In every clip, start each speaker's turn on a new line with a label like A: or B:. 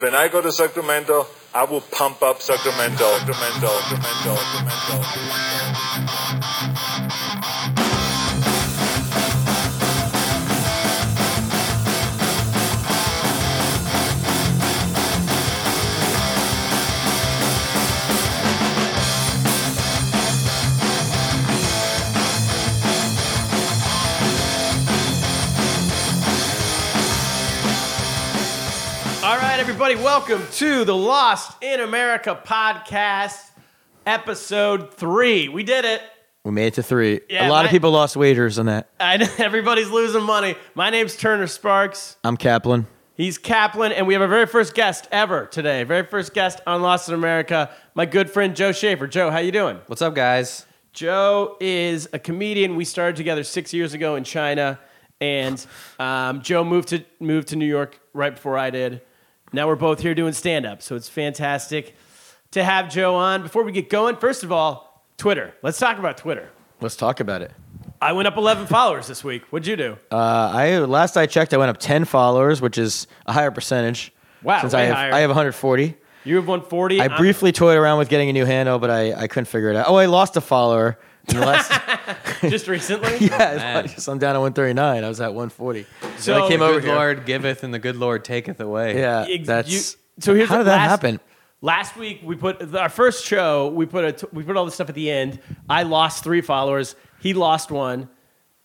A: When I go to Sacramento, I will pump up Sacramento, Sacramento, Sacramento, Sacramento.
B: All right, everybody, welcome to the Lost in America podcast, episode three. We did it.
C: We made it to three.
B: Yeah,
C: a lot
B: my-
C: of people lost wagers on that.
B: I know everybody's losing money. My name's Turner Sparks.
C: I'm Kaplan.
B: He's Kaplan, and we have our very first guest ever today. Very first guest on Lost in America, my good friend Joe Schaefer. Joe, how you doing?
D: What's up, guys?
B: Joe is a comedian. We started together six years ago in China, and um, Joe moved to moved to New York right before I did. Now we're both here doing stand up, so it's fantastic to have Joe on. Before we get going, first of all, Twitter. Let's talk about Twitter.
C: Let's talk about it.
B: I went up 11 followers this week. What'd you do?
C: Uh, I last I checked, I went up ten followers, which is a higher percentage.
B: Wow,
C: Since
B: way
C: I have
B: higher.
C: I have 140.
B: you have 140.
C: I briefly toyed around with getting a new handle, but I, I couldn't figure it out. Oh, I lost a follower. in the last-
B: just recently.
C: yeah, it's- I'm down to 139. I was at 140.
B: So
C: I came
D: the
C: over
D: good
C: here.
D: Lord giveth and the good Lord taketh away.
C: Yeah,
B: Ex-
C: that's
B: you- so here's
C: how
B: the
C: did that
B: last-
C: happen?
B: Last week we put our first show. We put a t- we put all this stuff at the end. I lost three followers. He lost one,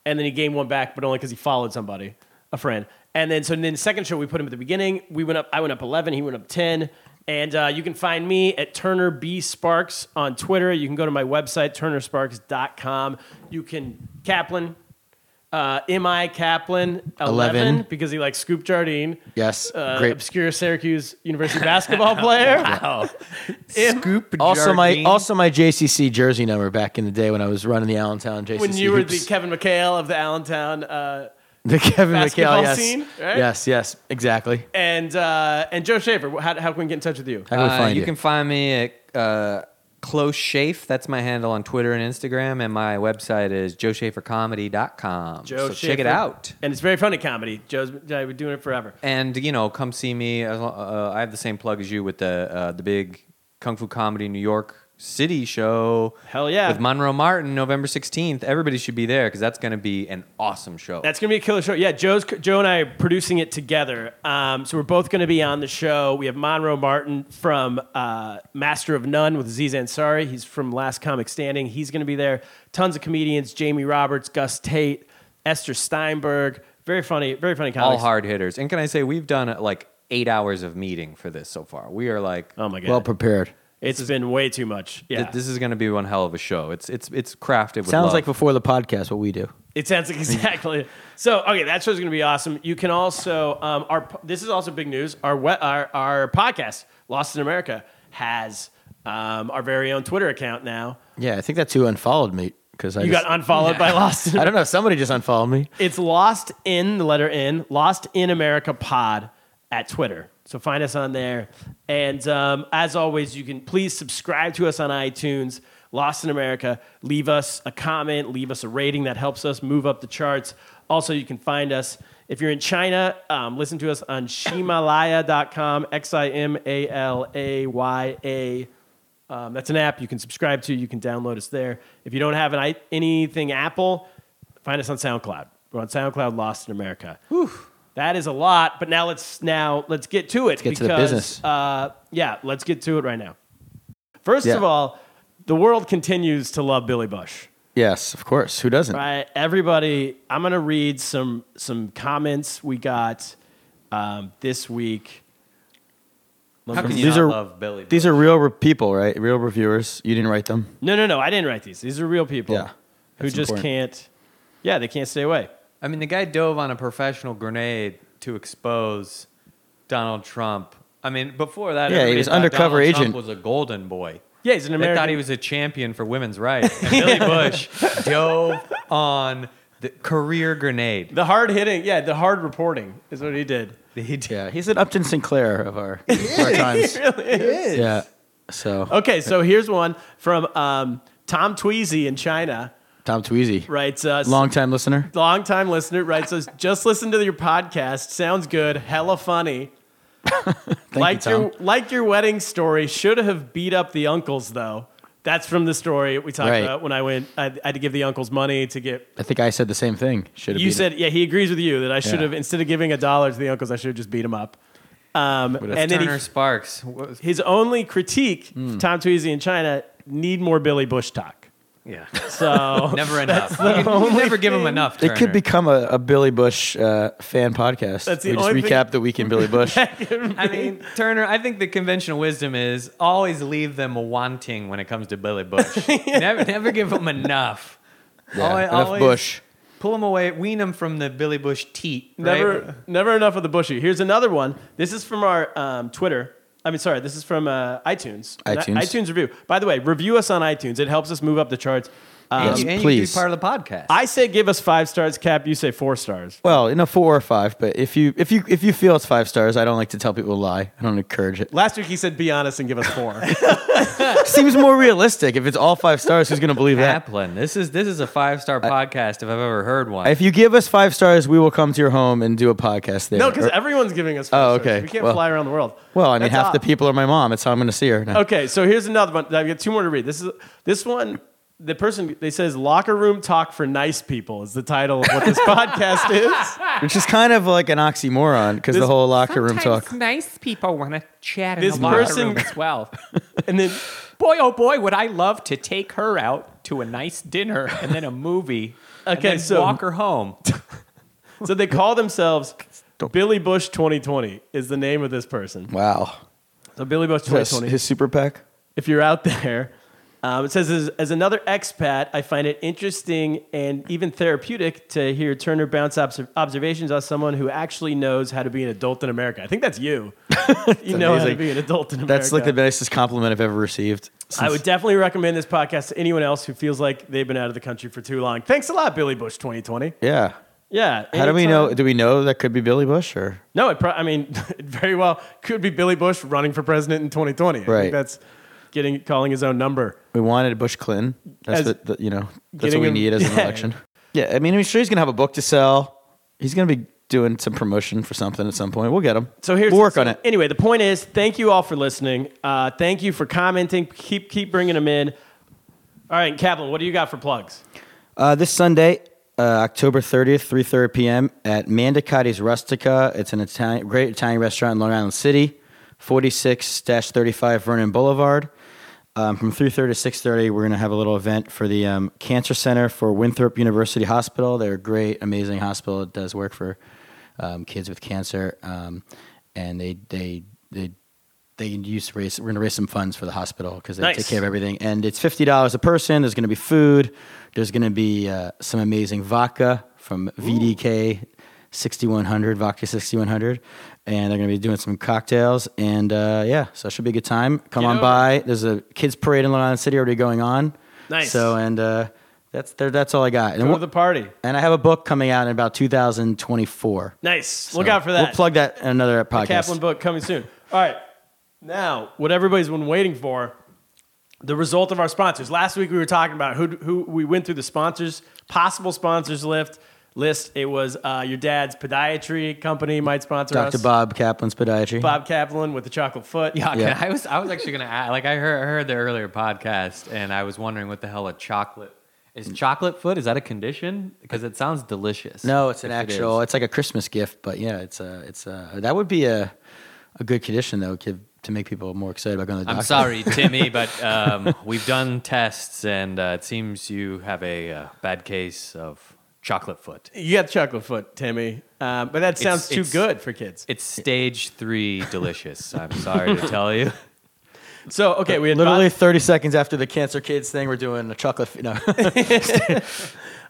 B: and then he gained one back, but only because he followed somebody, a friend. And then so then the second show we put him at the beginning. We went up. I went up eleven. He went up ten. And uh, you can find me at Turner B Sparks on Twitter. You can go to my website turnersparks.com. You can Kaplan. Uh, M.I. Kaplan 11,
C: 11.
B: because he likes Scoop Jardine
C: Yes,
B: uh,
C: great.
B: obscure Syracuse University basketball player.
D: Wow.
B: Im-
D: Scoop
C: Also my
D: Jardine.
C: also my JCC jersey number back in the day when I was running the Allentown JCC.
B: When you were the
C: hoops.
B: Kevin McHale of the Allentown, uh,
C: The Kevin
B: basketball
C: McHale, yes.
B: scene, right?
C: Yes, yes, exactly.
B: and uh, and Joe Schaefer, wh- how, how can we get in touch with you?
C: How can we
D: Uh,
C: find
D: you
C: you?
D: can find me at uh, Close Shafe. That's my handle on Twitter and Instagram. And my website is joeshafercomedy.com.
B: Joe
D: so check it
B: Schaefer.
D: out.
B: And it's very funny comedy. Joe's I've been doing it forever.
D: And, you know, come see me. As lo- Uh, I have the same plug as you with the, uh, the big Kung Fu Comedy New York City show.
B: Hell yeah.
D: With Monroe Martin, November 16th. Everybody should be there because that's going to be an awesome show.
B: That's gonna be a killer show. Yeah, Joe's Joe and I are producing it together. Um, so we're both gonna be on the show. We have Monroe Martin from uh, Master of None with Aziz Ansari. He's from Last Comic Standing. He's gonna be there. Tons of comedians: Jamie Roberts, Gus Tate, Esther Steinberg. Very funny, very funny
D: all
B: comics.
D: hard hitters. And can I say we've done uh, like eight hours of meeting for this so far? We are like,
B: Oh my god,
C: well prepared.
B: it's been way too much. Yeah,
D: th- this is going to be one hell of a show. It's it's it's crafted. With
C: Sounds
D: love.
C: like before the podcast what we do.
B: It sounds like exactly. so okay, that show's gonna be awesome. You can also um, our this is also big news. Our we, our our podcast Lost in America has um, our very own Twitter account now.
C: Yeah, I think that's who unfollowed me because I
B: You
C: just,
B: got unfollowed by Lost. In
C: I don't know. Somebody just unfollowed me.
B: It's Lost in the letter N, Lost in America Pod at Twitter. So find us on there. And um, as always, you can please subscribe to us on iTunes, Lost in America. Leave us a comment, leave us a rating. That helps us move up the charts. Also, you can find us if you're in China. Um, listen to us on shimalaya.com, X I M A L A Y A. Um, that's an app you can subscribe to. You can download us there. If you don't have an, i- anything Apple, find us on SoundCloud. We're on SoundCloud, Lost in America. That is a lot, but now let's now let's get to it. Let's
C: get to the business.
B: Uh, yeah, let's get to it right now. First
C: Yeah.
B: of all, the world continues to love Billy Bush.
C: Yes, of course. Who doesn't?
B: Right, everybody. I'm gonna read some some comments we got um, this week.
D: how can you
C: These
D: not
C: are-
D: love Billy?
C: These are real re- people, right? Real reviewers. You didn't write them.
B: No, no, no. I didn't write these. These are real people
C: Yeah,
B: who
C: that's
B: just
C: important.
B: can't. Yeah, they can't stay away.
D: I mean, the guy dove on a professional grenade to expose Donald Trump. I mean, before that,
C: Yeah, he
D: everybody
C: was
D: thought
C: undercover
D: Donald
C: agent.
D: Trump was a golden boy.
B: Yeah, he's an American.
D: They thought he was a champion for women's rights. And Billy Bush dove on the career grenade.
B: the hard hitting. Yeah, the hard reporting is what he did.
D: He did.
C: Yeah, he's an Upton Sinclair of our, of our times.
B: Really is. Oh.
C: Yeah. So
B: Okay, so here's one from um, Tom Tweezy in China.
C: Tom Tweezy,
B: Writes uh, us.
C: long time listener.
B: Long time listener writes us, just listen to your podcast. Sounds good. Hella funny.
C: Thank
B: like
C: you, Tom.
B: your like your wedding story should have beat up the uncles though. That's from the story we talked
C: Right.
B: about when I went. I, I had to give the uncles money to get.
C: I think I said the same thing. Should have
B: You
C: beat it.
B: said, yeah, he agrees with you that I should
C: Yeah.
B: have instead of giving a dollar to the uncles, I should have just beat him up. Um,
C: if
B: and then
D: Turner
B: he,
D: Sparks. What-
B: his only critique,
C: Hmm.
B: Tom Tweezy and China need more Billy Bush talk.
D: Yeah,
B: So
D: never enough. You can- you can never give him enough.
C: It could
D: Turner.
C: become a, a Billy Bush uh, fan podcast.
B: That's the
C: we just
B: only thing-
C: recap the week in Billy Bush.
D: I mean, Turner, I think the conventional wisdom is always leave them wanting when it comes to Billy Bush. never, never give them enough.
C: Yeah,
D: Alwa-
C: enough Bush.
D: Pull them away, wean them from the Billy Bush teat. right?
B: Never, never enough of the bushy. Here's another one. This is from our um, Twitter. I mean, sorry, this is from uh, iTunes. An
C: iTunes.
B: iTunes review. By the way, review us on iTunes. It helps us move up the charts. Um,
D: And
C: Yes,
D: you, and you could
C: please.
D: be part of the podcast.
B: I say give us five stars, Cap. You say four stars.
C: Well, you know, four or five. But if you if you if you feel it's five stars, I don't like to tell people to lie. I don't encourage it.
B: Last week he said be honest and give us four.
C: Seems more realistic. If it's all five stars, who's gonna believe that?
D: Kaplan, this is this is a five star podcast if I've ever heard one.
C: If you give us five stars, we will come to your home and do a podcast there.
B: no, because
C: Or-
B: everyone's giving us. Four
C: Oh,
B: stars.
C: okay.
B: We can't
C: Well-
B: fly around the world.
C: well, I mean,
B: That's
C: half the
B: odd.
C: people are my mom. That's how I'm gonna see her. Now.
B: Okay, so here's another one. I've got two more to read. This is this one. The person they says locker room talk for nice people is the title of what this podcast is.
C: Which is kind of like an oxymoron because the
B: This-
C: whole locker room talk.
E: nice people want to chat
B: This
E: in the locker
B: person-
E: room as well.
B: And then
E: boy, oh boy, would I love to take her out to a nice dinner and then a movie. and
B: Okay,
E: then
B: so-
E: walk her home.
B: So they call themselves Billy Bush 2020 is the name of this person.
C: Wow.
B: So Billy Bush
C: That's
B: 2020.
C: his super pack.
B: if you're out there, um, it says as, as another expat, I find it interesting and even therapeutic to hear Turner bounce obs- observations on someone who actually knows how to be an adult in America. I think that's you. you know how to
C: amazing.
B: be an adult in America.
C: That's like the nicest compliment I've ever received.
B: I would definitely recommend this podcast to anyone else who feels like they've been out of the country for too long. Thanks a lot, Billy Bush 2020.
C: Yeah.
B: Yeah.
C: How do we
B: anytime.
C: know? Do we know that could be Billy Bush or?
B: No, it. Pro- I mean, it very well could be Billy Bush running for president in 2020. I
C: Right.
B: think that's getting calling his own number.
C: We wanted Bush Clinton. That's
B: As-
C: what the, you know. That's
B: Getting
C: what we
B: him-
C: need as an
B: yeah.
C: election. Yeah, I mean, I'm sure he's gonna have a book to sell. He's gonna be doing some promotion for something at some point. We'll get him.
B: So here's
C: we'll work on
B: so
C: it.
B: Anyway, the point is, thank you all for listening. Uh, thank you for commenting. Keep keep bringing them in. All right, Kaplan, what do you got for plugs?
C: Uh, this Sunday, uh, October 30th, 3:30 p.m. at Mandicotti's Rustica. It's an Italian, great Italian restaurant in Long Island City, 46-35 Vernon Boulevard. Um, from 3:30 to 6:30, we're going to have a little event for the um, Cancer Center for Winthrop University Hospital. They're a great, amazing hospital. It does work for um, kids with cancer, um, and they they they they use to raise. We're going to raise some funds for the hospital because they
B: Nice.
C: take care of everything. And it's fifty dollars a person. There's going to be food. There's going to be uh, some amazing vodka from VDK. 6100 vodka 6100 and they're going to be doing some cocktails and uh, yeah so it should be a good time come
B: Get
C: on
B: over.
C: by there's a kids parade in long island city already going on
B: Nice.
C: so and uh, that's there, that's all i got and,
B: Go
C: wha-
B: to the party.
C: and i have a book coming out in about 2024
B: Nice.
C: so
B: Look out for that.
C: We'll plug that in another podcast.
B: Kaplan book coming soon. All right. Now, what everybody's been waiting for, the result of our sponsors. Last week we were talking about who, who we went through the sponsors, possible sponsors list. List. It was uh, your dad's podiatry company might sponsor
C: Dr.
B: us.
C: Bob Kaplan's podiatry.
B: Bob Kaplan with the chocolate foot.
D: Yeah,
C: Yeah.
D: I was I was actually gonna add, like I heard, I heard the earlier podcast and I was wondering what the hell a chocolate is. Chocolate foot is that a condition? Because it sounds delicious.
C: No, it's an
D: If it is.
C: actual. it's like a Christmas gift, but yeah, it's a. It's a. That would be a, a good condition though, to, to make people more excited about going to the doctor.
D: I'm sorry, Timmy, but um, we've done tests and uh, it seems you have a uh, bad case of chocolate foot.
B: You got the chocolate foot, Timmy. Um, but that sounds too
D: it's-
B: good for kids.
D: It's stage three delicious. I'm sorry to tell you.
B: So okay, we had
C: Literally
B: Bob-
C: 30 seconds after the cancer kids thing, we're doing a chocolate. f- No,
B: all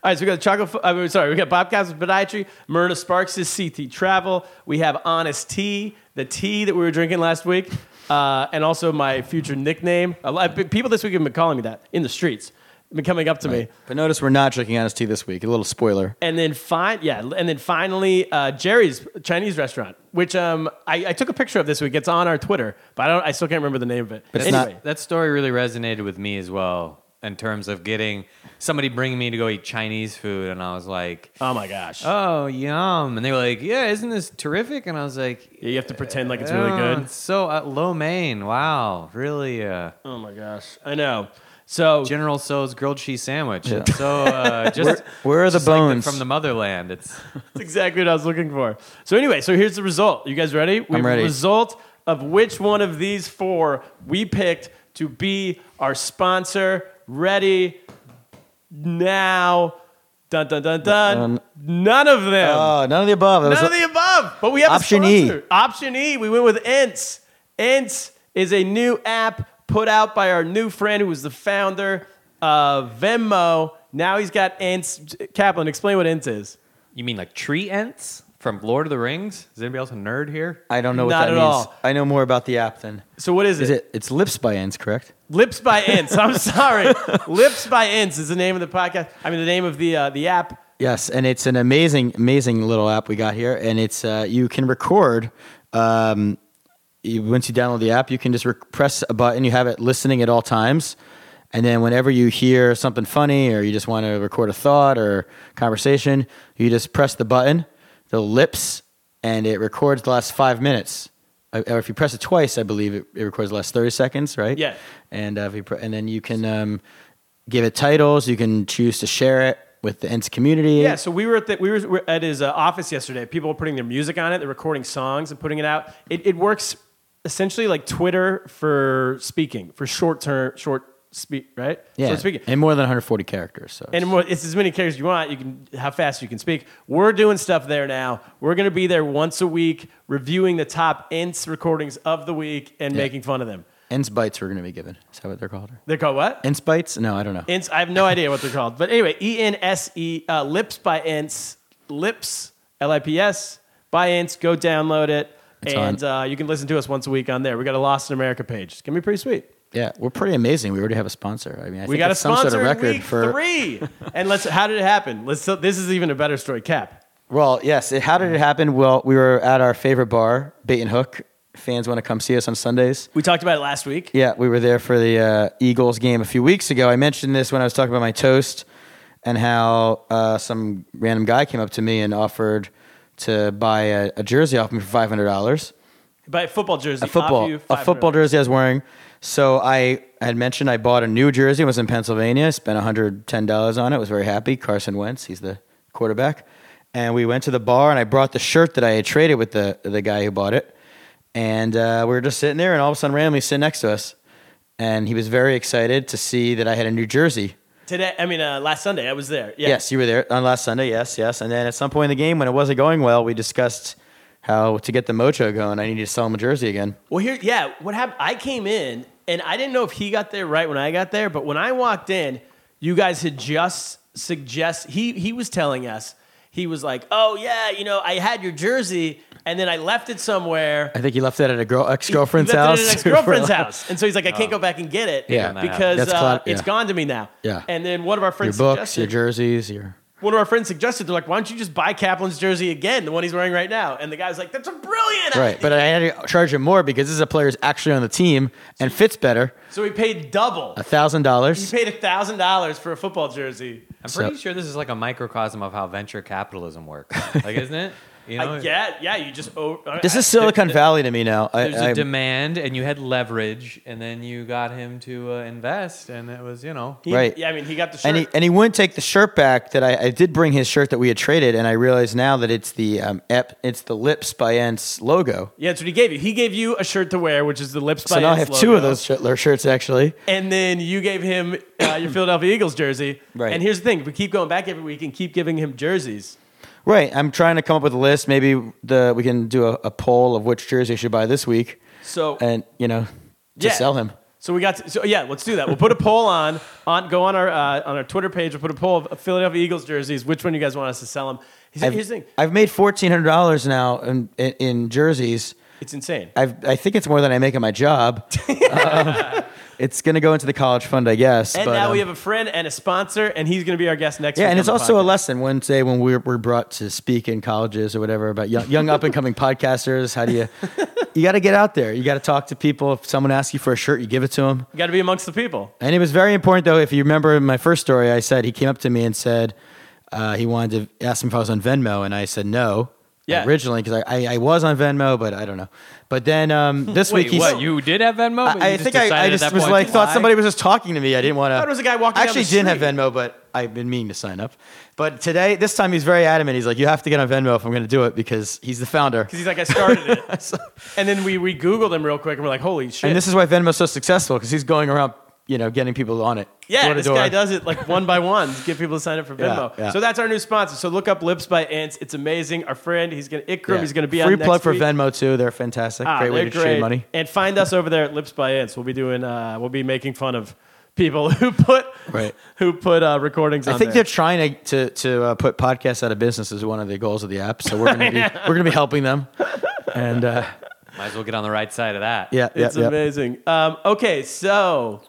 B: right, so we got the chocolate. Foot, I mean, sorry, we got Bob Kaplan's podiatry, Myrna Sparks' CT travel. We have Honest Tea, the tea that we were drinking last week, uh, and also my future nickname. A lot, people this week have been calling me that in the streets, been coming up to me.
C: but notice we're not drinking honest tea this week. A little spoiler.
B: and then fine, yeah, and then finally uh, Jerry's Chinese restaurant, which um, I, I took a picture of this week. It's on our Twitter, but I don't. I still can't remember the name of it.
C: But it's
B: anyway,
C: not-
D: That story really resonated with me as well. in terms of getting somebody bringing me to go eat Chinese food, and I was like,
B: Oh my gosh.
D: "Oh, yum!" And they were like, "Yeah, isn't this terrific?" And I was like,
B: you have to pretend like it's really
D: "Yeah,
B: good.
D: it's so uh, lo mein, wow, really." Uh,
B: Oh my gosh. I know. So
D: General So's grilled cheese sandwich. It's so uh, just
C: Where are the
D: just like
C: bones?
D: from the motherland? It's
B: That's exactly what I was looking for. So anyway, so here's the result. You guys ready? We have a
C: ready.
B: result of which one of these four we picked to be our sponsor. Ready now. Dun dun dun dun.
C: Dun.
B: None of them.
C: Oh, none of the above. That was
B: None of the above. But we have
C: Option
B: a
C: E.
B: sponsor. Option E. We went with Ents. Ents is a new app put out by our new friend who was the founder of Venmo. Now he's got Ents. Kaplan, explain what Ents is.
D: you mean like tree ants from Lord of the Rings? Is anybody else a nerd here?
C: I don't know what
B: Not at
C: that means.
B: all.
C: I know more about the app than.
B: So what is it?
C: Is it? It's lips by ends, correct?
B: Lips by Ints. I'm sorry. Lips by Ints is the name of the podcast. I mean the name of the uh, the app.
C: Yes, and it's an amazing, amazing little app we got here, and it's uh, you can record. Um, you, once you download the app, you can just rec press a button. You have it listening at all times, and then whenever you hear something funny or you just want to record a thought or conversation, you just press the button, the lips, and it records the last five minutes. Uh, Or if you press it twice, I believe it, it records the last thirty seconds, right?
B: Yeah.
C: And uh, if you pr- and then you can um, give it titles. You can choose to share it with the Ents community.
B: Yeah, so we were at the, we were at his uh, office yesterday. People were putting their music on it. They're recording songs and putting it out. It, it works essentially like Twitter for speaking, for short term short speak, right?
C: yeah.
B: Short speaking.
C: and more than 140 characters. So
B: And more, it's as many characters you want. You can how fast you can speak. We're doing stuff there now. We're going to be there once a week, reviewing the top Ints recordings of the week and making fun of them.
C: Ents bites we're going to be given. Is that what they're called?
B: They're called what?
C: Ents bites? No, I don't know.
B: Ints, I have no idea what they're called. But anyway, E N S E, uh, Lips by Ints, Lips, L I P S, by Ints. Go download it.
C: It's
B: and
C: on.
B: uh, you can listen to us once a week on there. We got a Lost in America page. It's going to be pretty sweet.
C: yeah, we're pretty amazing. We already have a sponsor. I mean, I
B: we
C: think
B: got a
C: it's some
B: sponsor
C: sort of record
B: in week
C: for.
B: three. and let's, how did it happen? Let's, so this is even a better story. Cap.
C: Well, yes. It, how did it happen? Well, we were at our favorite bar, Bait and Hook. Fans want to come see us on Sundays.
B: We talked about it last week.
C: Yeah, we were there for the uh, Eagles game a few weeks ago. I mentioned this when I was talking about my toast and how uh, some random guy came up to me and offered to buy a, a jersey off me for five hundred dollars.
B: By a football jersey.
C: A football,
B: off you,
C: a football
B: 500.
C: jersey I was wearing. So I had mentioned I bought a new jersey. It was in Pennsylvania. Spent one hundred ten dollars on it. Was very happy. Carson Wentz, he's the quarterback. And we went to the bar, and I brought the shirt that I had traded with the the guy who bought it. And uh, we were just sitting there, and all of a sudden, randomly sitting next to us, and he was very excited to see that I had a new jersey.
B: Today, I mean, uh, last Sunday, I was there. Yeah.
C: Yes, you were there on last Sunday. Yes, yes. And then at some point in the game, when it wasn't going well, we discussed how to get the mojo going. I needed to sell him a jersey again.
B: Well, here, yeah, what happened? I came in and I didn't know if he got there right when I got there, but when I walked in, you guys had just suggest he he was telling us he was like, "Oh yeah, you know, I had your jersey and then I left it somewhere."
C: I think he left it at a girl ex girlfriend's
B: He left
C: house.
B: it at an ex-girlfriend's house, and so he's like, "I can't go back and get it,
C: Yeah.
B: because
C: That's
B: uh,
C: cla-
B: it's
C: yeah.
B: gone to me now."
C: Yeah.
B: And then one of our
C: Your
B: friends
C: books,
B: suggested,
C: your jerseys, your
B: one of our friends suggested, they're like, "Why don't you just buy Kaplan's jersey again, the one he's wearing right now?" And the guy was like, "That's a brilliant
C: right.
B: idea."
C: But I had to charge him more because this is a player who's actually on the team and fits better.
B: so he paid double.
C: A thousand
B: He
C: dollars.
B: paid a thousand dollars for a football jersey.
D: I'm
C: So-
D: pretty sure this is like a microcosm of how venture capitalism works. Like, isn't it? You
B: I, yeah, yeah. You just uh, over,
C: This is Silicon Valley to me now. I,
D: There's a
C: I-
D: demand, and you had leverage, and then you got him to uh, invest, and it was, you know,
B: he,
C: right.
B: Yeah, I mean, he got the shirt.
C: and he and he wouldn't take the shirt back that I, I did bring his shirt that we had traded, and I realize now that it's the um, ep, it's the Lips by Ents logo.
B: yeah, that's what he gave you. He gave you a shirt to wear, which is the lips.
C: So
B: by
C: now I
B: Ants
C: have two
B: logo.
C: of those shir- shirts actually.
B: And then you gave him uh, your Philadelphia Eagles jersey.
C: Right.
B: And here's the thing: if we keep going back every week and keep giving him jerseys.
C: Right. I'm trying to come up with a list. Maybe the we can do a, a poll of which jersey I should buy this week,
B: So
C: and you know, to
B: Yeah.
C: sell him.
B: So we got to, so yeah, let's do that. We'll put a poll on on go on our uh, on our Twitter page. We'll put a poll of Philadelphia Eagles jerseys. Which one you guys want us to sell him? Here's,
C: I've,
B: here's the thing:
C: I've made fourteen hundred dollars now in, in, in jerseys.
B: it's insane.
C: I've, I think it's more than I make at my job. Um, It's going to go into the college fund, I guess.
B: And
C: but,
B: now we
C: um,
B: have a friend and a sponsor, and he's going to be our guest next.
C: yeah,
B: week
C: and
B: on
C: it's
B: the
C: also a
B: podcast.
C: lesson when say when we're, we're brought to speak in colleges or whatever about young, young up and coming podcasters. How do you? You got to get out there. You got to talk to people. If someone asks you for a shirt, you give it to them.
B: You got to be amongst the people.
C: And it was very important, though. If you remember my first story, I said he came up to me and said uh, he wanted to ask him if I was on Venmo, and I said no.
B: Yeah.
C: Originally, because I, I, I was on Venmo, but I don't know. But then um, this
E: Wait,
C: week he
E: what? You did have Venmo? but
C: I,
E: you
C: I
E: just
C: think I, I
E: decided at
C: just
E: that
C: was
E: point
C: like
E: to
C: thought
E: lie?
C: somebody was just talking to me. I didn't want to.
B: thought it was a guy walking down
C: I actually
B: the
C: didn't have
B: street.
C: Venmo, but I've been meaning to sign up. But today, this time, he's very adamant. He's like, "You have to get on Venmo if I'm going to do it because he's the founder."
B: Because he's like, I started it, and then we we googled him real quick, and we're like, holy shit!
C: And this is why Venmo's so successful because he's going around, you know, getting people on it.
B: yeah,
C: door to
B: this
C: door.
B: guy does it like one by one. Get people to sign up for
C: Yeah,
B: Venmo.
C: yeah.
B: So that's our new sponsor. So look up Lips by Ants. It's amazing. Our friend, he's gonna Ikram.
C: Yeah.
B: He's gonna be on
C: free
B: next
C: plug for
B: week.
C: Venmo too. They're fantastic.
B: Ah,
C: great way
B: they're
C: to stream money.
B: And find us over there at Lips by Ants. We'll be doing. Uh, we'll be making fun of people who put
C: Right.
B: who put uh, recordings.
C: I
B: on
C: think
B: there.
C: they're trying to to, to uh, put podcasts out of business is one of the goals of the app. So we're gonna be we're gonna be helping them. And uh,
D: Might as well get on the right side of that.
C: yeah, yeah,
B: It's
C: yeah.
B: amazing. Um, okay, so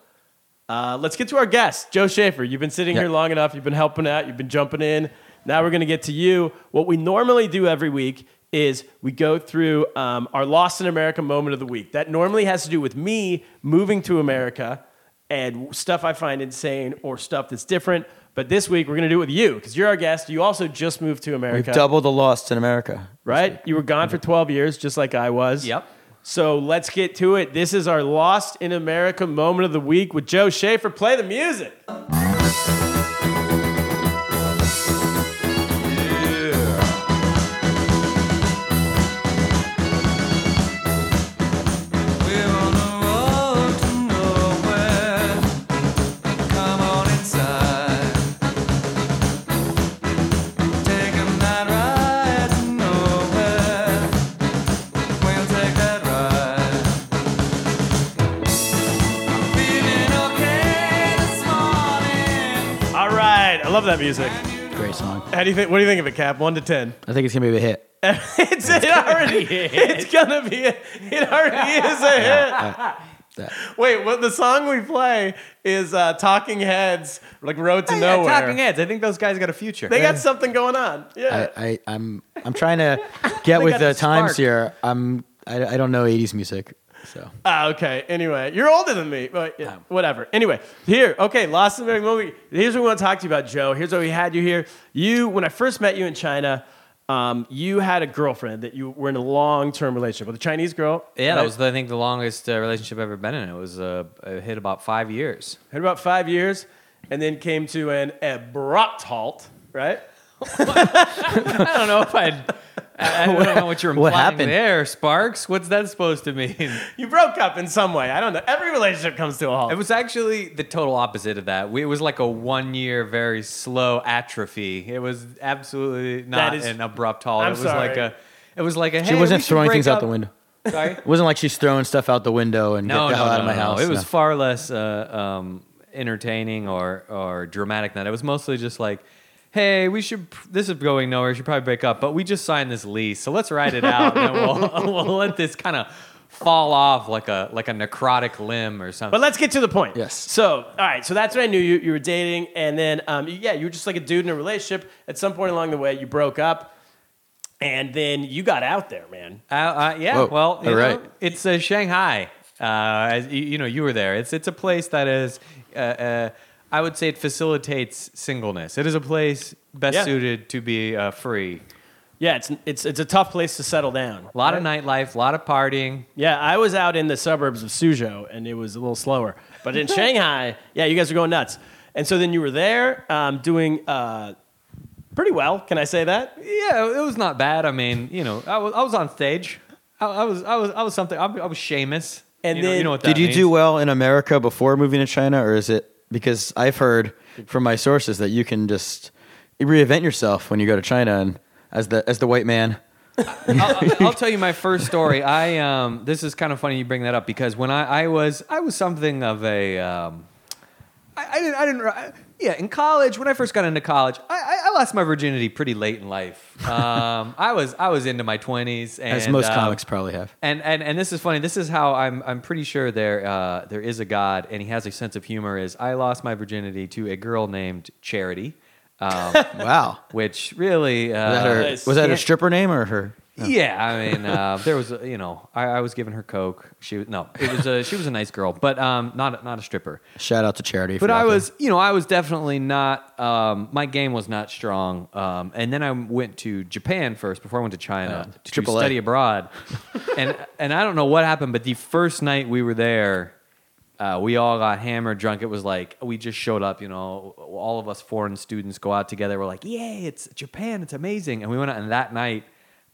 B: uh, let's get to our guest, Joe Schaefer. You've been sitting
C: Yeah.
B: here long enough. You've been helping out. You've been jumping in. Now we're going to get to you. What we normally do every week is we go through um, our Lost in America moment of the week. That normally has to do with me moving to America and stuff I find insane or stuff that's different. But this week we're going to do it with you because you're our guest. You also just moved to America
C: We've doubled the lost in America.
B: right? You were gone for 12 years, just like I was.
D: Yep.
B: So let's get to it. This is our Lost in America moment of the week with Joe Schaefer. Play the music. All right. I love that music.
C: Great song.
B: How do you think, what do you think of it, Cap? One to 10.
C: I think it's gonna be a hit.
B: it's, it already, it's gonna be, a, it already is a hit.
C: That-
B: Wait, what the song we play is uh, Talking Heads, like Road to Nowhere.
D: Talking Heads. I think those guys got a future.
B: They got something going on. Yeah.
C: I, I, I'm I'm trying to get with
D: got
C: the
D: the
C: times
D: spark.
C: here. I'm I, I don't know 80s music, so
B: Ah, okay. Anyway, you're older than me, but yeah, whatever. Anyway, here, okay, Lost in the Movie. Here's what we want to talk to you about, Joe. Here's why we had you here. You, when I first met you in China, um, you had a girlfriend that you were in a long-term relationship with a Chinese girl.
D: yeah,
B: right?
D: that was I think the longest uh, relationship I've ever been in. It was uh, it hit about five years.
B: had about five years, and then came to an abrupt halt. Right?
D: I don't know if I'd. I I don't know what you're
C: What
D: implying
C: happened?
D: there, Sparks. What's that supposed to mean?
B: You broke up in some way. I don't know. Every relationship comes to a halt.
D: It was actually the total opposite of that. We, it was like a one-year, very slow atrophy. It was absolutely not
B: is-
D: an abrupt halt.
B: I'm
D: it was
B: sorry.
D: like a. It was like a.
C: she wasn't throwing things out the window.
D: Sorry.
C: It wasn't like she's throwing stuff out the window and
D: no,
C: get the
D: no,
C: hell
D: no,
C: out of my
D: no, no.
C: house.
D: It was
C: no.
D: far less uh, um, entertaining or or dramatic than that. It was mostly just like, hey, we should. This is going nowhere. We should probably break up, but we just signed this lease, so let's ride it out. and we'll, we'll let this kind of fall off like a like a necrotic limb or something.
B: But let's get to the point.
C: Yes.
B: So, all right. So that's what I knew you, you were dating, and then um, yeah, you were just like a dude in a relationship. At some point along the way, you broke up, and then you got out there, man.
D: Uh, uh, yeah,
C: Whoa.
D: well, you
C: All
D: know,
C: right.
D: it's uh, Shanghai. Uh, as, you, you know, you were there. It's it's a place that is, uh, uh, I would say, it facilitates singleness. It is a place best
B: Yeah.
D: suited to be uh, free.
B: Yeah, it's it's it's a tough place to settle down.
D: A lot of nightlife, a lot of partying.
B: Yeah, I was out in the suburbs of Suzhou, and it was a little slower. But in Shanghai, yeah, you guys were going nuts. And so then you were there, um, doing uh, pretty well. Can I say that?
D: Yeah, it was not bad. I mean, you know, I was I was on stage. I, I was I was I was something. I, I was Seamus.
B: And
D: you know, you
B: then-
D: know what that
C: Did you
D: means.
C: do well in America before moving to China, or is it because I've heard from my sources that you can just reinvent yourself when you go to China and as the as the white man?
D: I'll, I'll tell you my first story. I um, this is kind of funny you bring that up because when I, I was I was something of a um, I, I didn't I didn't I, yeah in college when I first got into college I, I, I lost my virginity pretty late in life. Um, I was I was into my twenties, um,
C: As most
D: uh,
C: comics probably have.
D: And, and and this is funny. This is how I'm I'm pretty sure there uh, there is a God and he has a sense of humor. Is I lost my virginity to a girl named Charity, um,
C: Wow.
D: which really uh,
C: Was that, her,
B: nice.
C: was that her
D: Yeah.
C: stripper name or her? Oh,
D: yeah, I mean, uh, there was, uh, you know, I, I was giving her coke. She was no, it was a, she was a nice girl, but um, not not a stripper.
C: Shout out to Charity. for
D: But I
C: nothing.
D: was, you know, I was definitely not. Um, my game was not strong. Um, and then I went to Japan first before I went to China
C: Uh,
D: to
C: AAA.
D: study abroad. and and I don't know what happened, but the first night we were there, uh, we all got hammered, drunk. It was like we just showed up. You know, all of us foreign students go out together. We're like, yay, it's Japan, it's amazing. And we went out, and that night.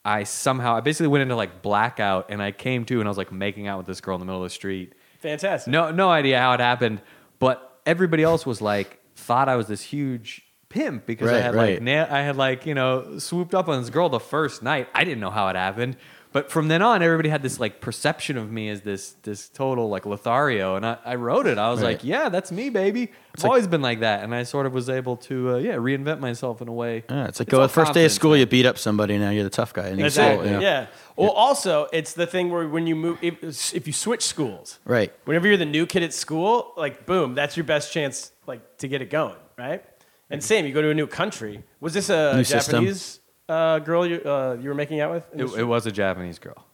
D: I somehow, I basically went into like blackout and I came to and I was like making out with this girl in the middle of the street.
B: Fantastic.
D: No, no idea how it happened, but everybody else was like thought I was this huge pimp because I
C: Right,
D: had
C: right.
D: like na- I had like you know swooped up on this girl the first night. I didn't know how it happened, but from then on, everybody had this like perception of me as this this total like Lothario, and I, I wrote it. I was
C: Right.
D: like, yeah, that's me, baby. I've always been like that, and I sort of was able to uh, yeah reinvent myself in a way.
C: Yeah, it's like
D: all
C: go the first day of
D: confidence,
C: school, you beat up somebody. Now you're the tough guy. And you
B: That's
C: go,
B: it.
C: you know.
B: Yeah. Well, also, it's the thing where when you move, if, if you switch schools,
C: Right.
B: Whenever you're the new kid at school, like boom, that's your best chance, like to get it going, right? And same, you go to a new country. Was this a
C: New system.
B: Japanese uh, girl you uh, you were making out with?
D: It, it was a Japanese girl.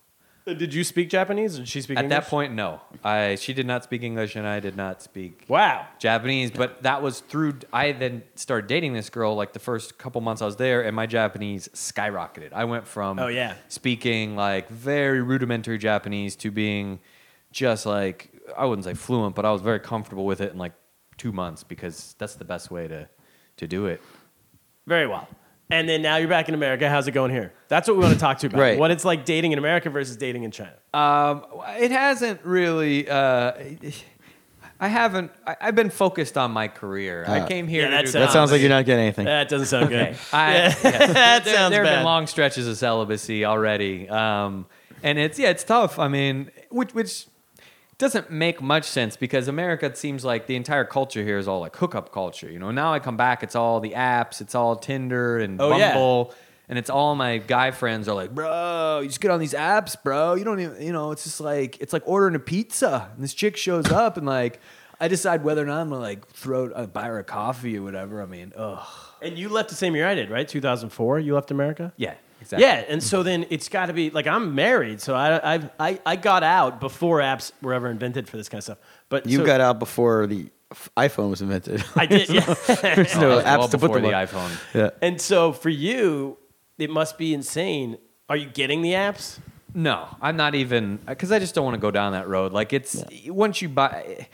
B: Did you speak Japanese? Or did she speak
D: At
B: English?
D: that point, no, I she did not speak English, and I did not speak
B: Wow.
D: Japanese, but that was through. I then started dating this girl like the first couple months I was there, and my Japanese skyrocketed. I went from
B: Oh, yeah.
D: speaking like very rudimentary Japanese to being just like I wouldn't say fluent, but I was very comfortable with it in like two months because that's the best way to to do it.
B: Very well. And then now you're back in America. How's it going here? That's what we want to talk to you about.
C: Right.
B: What it's like dating in America versus dating in China.
D: Um, it hasn't really. Uh, I haven't. I, I've been focused on my career.
C: Ah.
D: I came here.
B: Yeah,
D: to
B: that
D: do
B: sounds-
C: That sounds like you're not getting anything.
B: That doesn't sound good.
D: I,
B: that
D: there,
B: sounds
D: there have
B: bad.
D: been long stretches of celibacy already, um, and it's yeah, it's tough. I mean, which which doesn't make much sense because America it seems like the entire culture here is all like hookup culture. You know, now I come back, it's all the apps, it's all Tinder and
B: Oh, yeah.
D: Bumble. And it's all my guy friends are like, bro, you just get on these apps, bro. You don't even, you know, it's just like, it's like ordering a pizza. And this chick shows up and like, I decide whether or not I'm gonna like throw, uh, buy her a coffee or whatever. I mean, ugh.
B: and you left the same year I did, right? 2004. You left America.
D: Yeah, exactly.
B: Yeah, and so then it's got to be like I'm married, so I I've, I I got out before apps were ever invented for this kind of stuff. But
C: You
B: so-
C: got out before the f- iPhone was invented.
B: I did, yeah.
C: There's no
D: Well,
C: apps to put
D: before
C: them
D: the
C: on.
D: iPhone.
C: Yeah.
B: and so for you, it must be insane. Are you getting the apps?
D: No, I'm not even because I just don't want to go down that road. Like it's once you buy,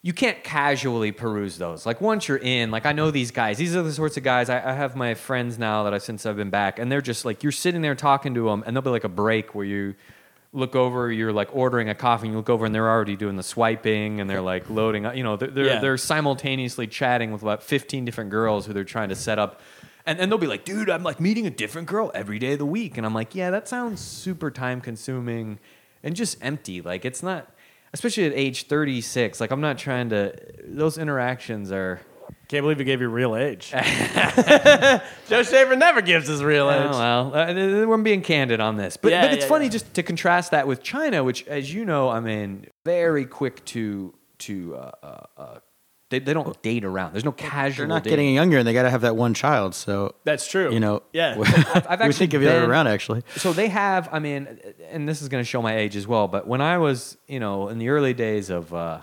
D: you can't casually peruse those. Like once you're in, like I know these guys. These are the sorts of guys I, I have my friends now that I since I've been back, and they're just like you're sitting there talking to them, and there'll be like a break where you look over, you're like ordering a coffee, and you look over, and they're already doing the swiping, and they're like loading. up. You know, they're they're,
B: Yeah.
D: they're simultaneously chatting with about 15 different girls who they're trying to set up. And, and they'll be like, dude, I'm like meeting a different girl every day of the week. And I'm like, yeah, that sounds super time consuming and just empty. Like, it's not, especially at age 36, like, I'm not trying to, those interactions are,
B: Can't believe you gave your real age. Joe Shaver never gives his real
D: Oh,
B: age.
D: well, uh, we're being candid on this, but
B: Yeah,
D: but it's
B: yeah,
D: funny
B: yeah.
D: just to contrast that with China, which, as you know, I mean, very quick to to uh, uh, uh, they, they don't date around. There's no casual.
C: They're not
D: dating.
C: getting any younger, and they got to have that one child. So
B: That's true.
C: you know,
B: yeah.
D: I've, I've
C: we
D: actually
C: think of the other way
D: been-
C: around actually.
D: So they have, I mean, and this is going to show my age as well. But when I was, you know, in the early days of, uh,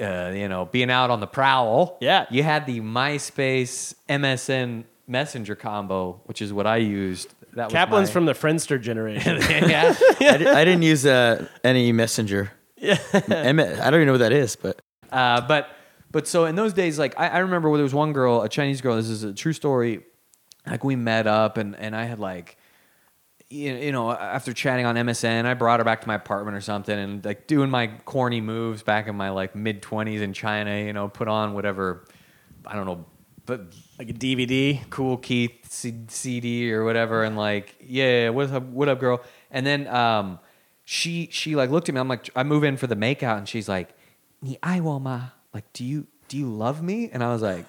D: uh, you know, being out on the prowl,
B: Yeah.
D: you had the MySpace MSN Messenger combo, which is what I used. That was
B: Kaplan's
D: my-
B: from the Friendster generation.
D: yeah.
C: I, di- I didn't use uh, any messenger. Yeah, M- I don't even know what that is, but
D: Uh, but but so in those days, like I, I remember where there was one girl, a Chinese girl. This is a true story. Like we met up, and and I had like. You you know, after chatting on MSN, I brought her back to my apartment or something, and like doing my corny moves back in my like mid twenties in China. You know, put on whatever, I don't know, but
B: like a DVD.
D: cool Keith C- CD or whatever, and like, yeah, what up, what up, girl? And then um, she she like looked at me. I'm like, I move in for the makeout, and she's like, "你爱我吗?" Like, do you do you love me? And I was like,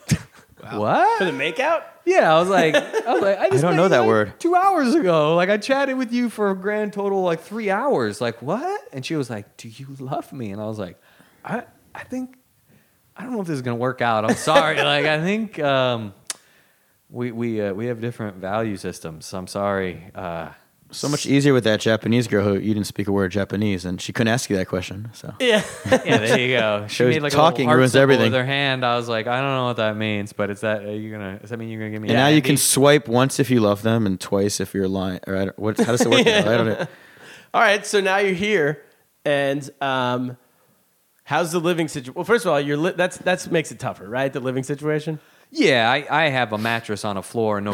D: What?
B: For the makeout?
D: Yeah, I was like, I was like, I, just
C: don't
D: met
C: know
D: you,
C: that
D: like,
C: word.
D: Two hours ago, like I chatted with you for a grand total like three hours. Like what? And she was like, "Do you love me?" And I was like, "I, I think, I don't know if this is gonna work out. I'm sorry. like I think um, we we uh, we have different value systems. I'm sorry. Uh,
C: So much easier with that Japanese girl who you didn't speak a word of Japanese, and she couldn't ask you that question. So
B: Yeah.
D: yeah, there you go. She
C: Shows
D: made like
C: talking
D: a little heart
C: ruins
D: symbol
C: everything.
D: With her hand, I was like, I don't know what that means, but it's that are you gonna? Does that mean you're gonna give me?
C: and
D: a
C: now you can
D: handy?
C: swipe once if you love them, and twice if you're lying. Or I don't, what, how does it work? now? I don't know.
B: All right, so now you're here, and um, how's the living situation? Well, first of all, you're li- that's that's makes it tougher, right? The living situation.
D: Yeah, I, I have a mattress on a floor and no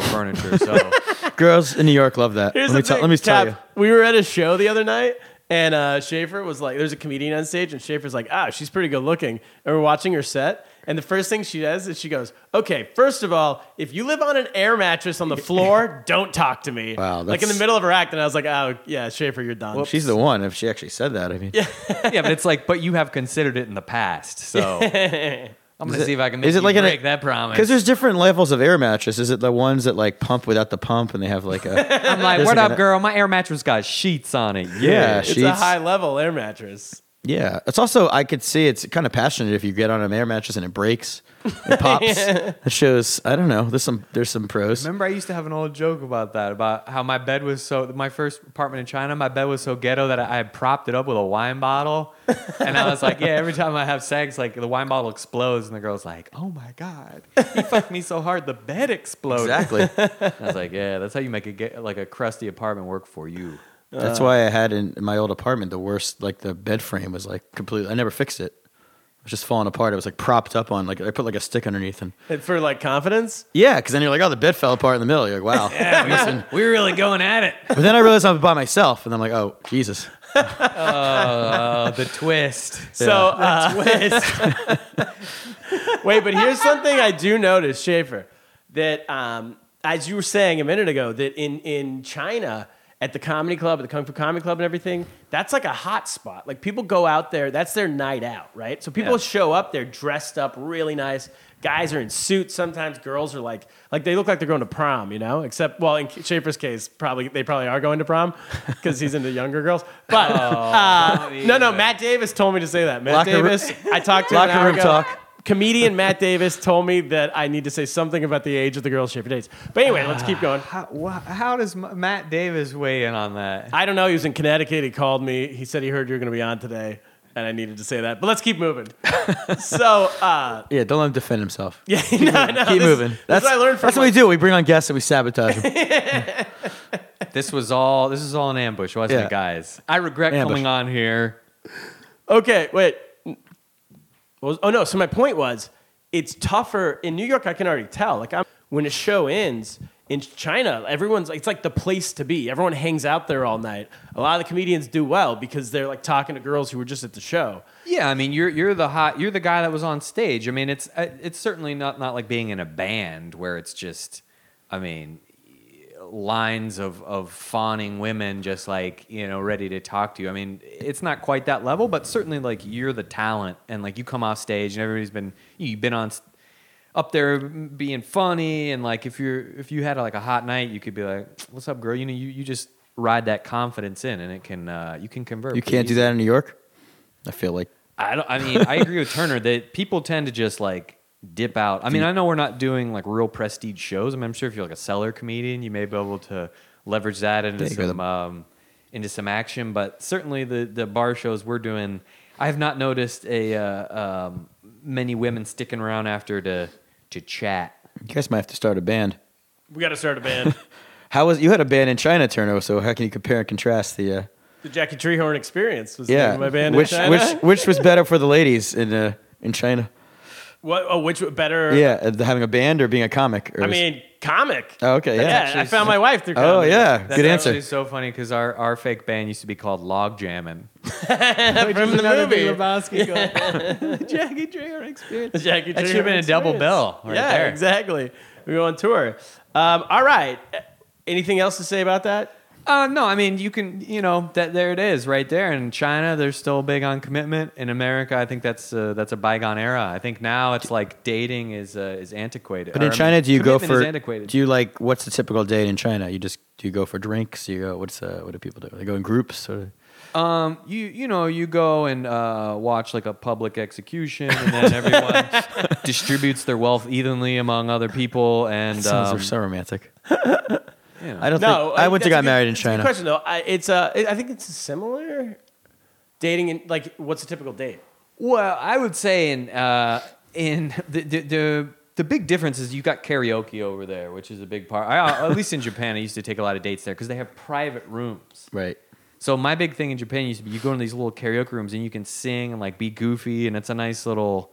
D: furniture, so.
C: Girls in New York love that.
B: Here's
C: let me
B: the
C: tell.
B: thing,
C: let me tell you.
B: Cap, We were at a show the other night, and uh, Schaefer was like, "There's a comedian on stage, and Schaefer's like, ah, she's pretty good looking." And we're watching her set, and the first thing she does is she goes, "Okay, first of all, if you live on an air mattress on the floor, don't talk to me."
C: Wow,
B: like in the
C: that's-
B: middle of her act, and I was like, "Oh yeah, Schaefer, you're done."
C: She's the one. If she actually said that, I mean,
D: yeah, but it's like, but you have considered it in the past, so I'm gonna
C: Is it-
D: see if I can make
C: is it
D: you
C: like an-
D: break that promise.
C: because there's different levels of air mattress. Is it the ones that like pump without the pump, and they have like a
D: I'm like,
C: there's
D: what
C: like
D: up,
C: an-
D: girl? My air mattress got sheets on it.
C: yeah
D: Yeah,
B: it's
C: sheets?
B: a high level air mattress.
C: yeah, it's also I could see it's kind of passionate if you get on an air mattress and it breaks, it pops. It shows. I don't know. There's some. There's some pros.
D: Remember, I used to have an old joke about that, about how my bed was so, my first apartment in China, my bed was so ghetto that I, I had propped it up with a wine bottle. And I was like, yeah, every time I have sex, like the wine bottle explodes. And the girl's like, oh my God, he fucked me so hard, the bed
B: Oh.
D: exploded.
C: Exactly.
B: Uh.
D: And I was like, yeah, that's how you make a, ge- like a crusty apartment work for you.
C: That's why I had in, in my old apartment the worst. Like the bed frame was like completely. I never fixed it. It was just falling apart. It was like propped up on. Like I put like a stick underneath, and
B: And for like confidence,
C: yeah, because then you're like, oh, the bed fell apart in the middle. You're like, wow. Mason.
D: We're really going at it.
C: But then I realized I'm by myself, and I'm like, oh, Jesus.
D: Oh, the twist.
B: So uh, Wait, but here's something I do notice, Schaefer, that um, as you were saying a minute ago, that in in China at the comedy club, at the Kung Fu Comedy Club, and everything, that's like a hot spot. Like people go out there, that's their night out, right? So people
D: Yeah.
B: show up, they're dressed up really nice. Guys are in suits. Sometimes girls are like, like they look like they're going to prom, you know. Except, well, in Schaefer's case, probably they probably are going to prom because he's into younger girls. But uh, no, no, Matt Davis told me to say that. Matt
C: Locker room-
B: Davis, I talked to him an
C: Locker
B: hour
C: room
B: ago.
C: talk.
B: Comedian Matt Davis told me that I need to say something about the age of the girls Schaefer dates. But anyway, let's keep going.
D: How, wha- how does M- Matt Davis weigh in on that?
B: I don't know. He was in Connecticut. He called me. He said he heard you were going to be on today, and I needed to say that. But let's keep moving. so, uh,
C: Yeah, don't let him defend himself.
B: yeah, no, no,
C: Keep
B: this-
C: moving.
B: That's what I learned from.
C: That's what we do. We bring on guests and we sabotage them.
D: This was all. This is all an ambush, wasn't
C: Yeah.
D: it, guys? I regret
C: Ambush.
D: coming on here.
B: Okay, wait. What was- oh no. So my point was, it's tougher in New York. I can already tell. Like I'm when a show ends in China, everyone's it's like the place to be. Everyone hangs out there all night. A lot of the comedians do well because they're like talking to girls who were just at the show.
D: Yeah, I mean, you're you're the hot. You're the guy that was on stage. I mean, it's uh, it's certainly not not like being in a band where it's just. I mean, lines of of fawning women just like you know ready to talk to you. I mean, it's not quite that level, but certainly like you're the talent, and like you come off stage and everybody's been you've been on s- up there being funny, and like if you're if you had like a hot night, you could be like, "What's up, girl?" You know, you you just ride that confidence in, and it can uh, you can convert.
C: You
D: pretty
C: can't do
D: easily.
C: that in New York. I feel like
D: I don't. I mean, I agree with Turner that people tend to just like dip out. I mean, I know we're not doing like real prestige shows. I mean, I'm sure if you're like a seller comedian, you may be able to leverage that into
C: Yeah, you go to-
D: some um, into some action. But certainly the the bar shows we're doing, I have not noticed a uh, um, many women sticking around after to to chat.
C: you guys might have to start a band.
B: We got to start a band.
C: How was you had a band in China, Turner? So how can you compare and contrast the? Uh,
B: the Jackie Treehorn experience was the name
C: yeah,
B: of my band
C: which
B: in China.
C: which which was better for the ladies in uh, in China?
B: what, oh, which better?
C: Yeah, uh, having a band or being a comic. Or
B: I
C: was-
B: mean, comic.
C: oh, okay, yeah.
B: yeah, I
D: actually-
B: found my wife through.
C: oh
B: comedy.
C: yeah,
D: That's
C: good
D: actually
C: answer.
D: so funny because our, our fake band used to be called Log Jammin'.
B: from the movie.
D: Jackie Dreyer experience.
B: The Jackie
D: That
B: Treehorn
D: should have been a double
B: experience.
D: bill right
B: yeah,
D: there.
B: exactly. We go on tour. Um, all right. Anything else to say about that?
D: Uh, no, I mean you can, you know, that there it is, right there. In China, they're still big on commitment. In America, I think that's uh, that's a bygone era. I think now it's like dating is uh, is antiquated.
C: But
D: Or,
C: in
D: I mean,
C: China, do you go
D: commitment
C: for?
D: is antiquated?
C: Do you like? What's the typical date in China? You just do you go for drinks? You go. What's uh, what do people do? They go in groups. Or,
D: Um, you you know you go and uh, watch like a public execution, and then everyone distributes their wealth evenly among other people. And
C: sounds
D: um,
C: so romantic.
D: you know.
C: I don't
B: No,
C: think I went
B: that's
C: to
B: a
C: got
B: good-
C: married in
B: that's a good
C: China.
B: question though, I, it's uh, I think it's similar. Dating and like, what's a typical date?
D: Well, I would say in uh, in the, the the the big difference is you got karaoke over there, which is a big part. I, uh, at least in Japan, I used to take a lot of dates there because they have private rooms.
C: Right.
D: So my big thing in Japan used to be you go into these little karaoke rooms and you can sing and like be goofy, and it's a nice little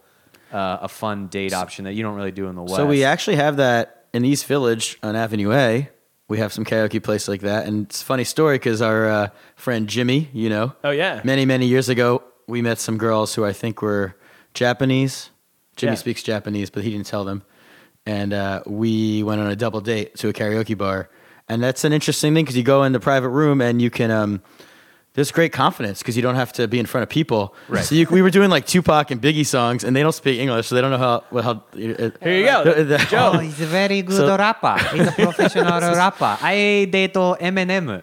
D: uh, a fun date option that you don't really do in the West.
C: So we actually have that in East Village on Avenue A. We have some karaoke place like that, and it's a funny story because our uh, friend Jimmy, you know,
B: Oh, yeah.
C: many many years ago, we met some girls who I think were Japanese. Jimmy
B: Yeah.
C: speaks Japanese, but he didn't tell them, and uh, we went on a double date to a karaoke bar, and that's an interesting thing because you go in the private room and you can. Um, there's great confidence because you don't have to be in front of people. Right. So you, we were doing like Tupac and Biggie songs, and they don't speak English, so they don't know how. uh, What, how Here
B: Here you go.
E: Oh, he's a very good
C: So-
E: rapper. He's a professional rapper. I date Eminem.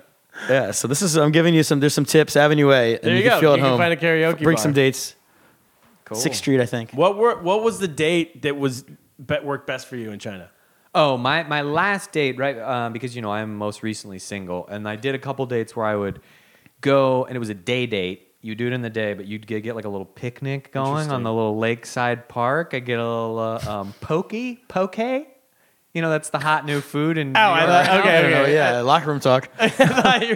C: Yeah, so this is I'm giving you some. There's some tips. Avenue A, and
B: There you
C: you can
B: go.
C: feel at
B: You can
C: home.
B: find a karaoke
C: Bring
B: bar.
C: some dates.
D: Cool.
C: Sixth Street, I think.
B: What were what was the date that was bet worked best for you in China?
D: Oh, my, my last date, right? Um, because, you know, I'm most recently single. And I did a couple dates where I would go, and it was a day date. You do it in the day, but you'd get, get like a little picnic going on the little lakeside park. I get a little uh, um, pokey, poke. You know, that's the hot new food. And
B: Oh, I like- okay,
C: I don't know.
B: okay.
C: Yeah, locker room talk.
B: I know you're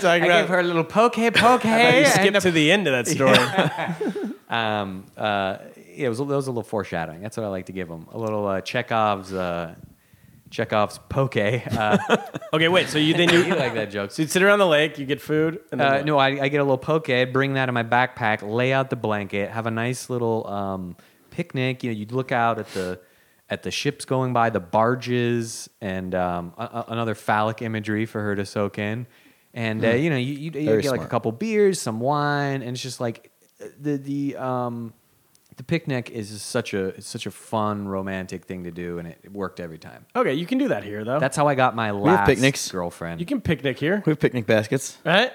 B: talking
D: I gave her a little poke, poke.
B: you
D: and
B: skipped to the end of that story.
D: um, uh, yeah, it was, a- that was a little foreshadowing. That's what I like to give them. A little uh, Chekhov's, uh, Chekhov's poke. Uh,
B: Okay, wait. So you then
D: you
B: you
D: like that joke.
B: so you'd sit around the lake, you get food, and then
D: Uh,
B: what?
D: no, I, I get a little poke. I'd bring that in my backpack, lay out the blanket, have a nice little um, picnic. You know, you'd look out at the at the ships going by, the barges, and um, a- a- another phallic imagery for her to soak in. And uh, you know, you, you'd, you'd
C: Hmm. Very
D: get like a
C: smart.
D: couple beers, some wine, and it's just like uh, the the um, the picnic is just such a it's such a fun romantic thing to do, and it, it worked every time.
B: Okay, you can do that here though.
D: That's how I got my
C: have
D: last
C: picnics.
D: girlfriend.
B: you can picnic here,
C: We have picnic baskets.
B: right?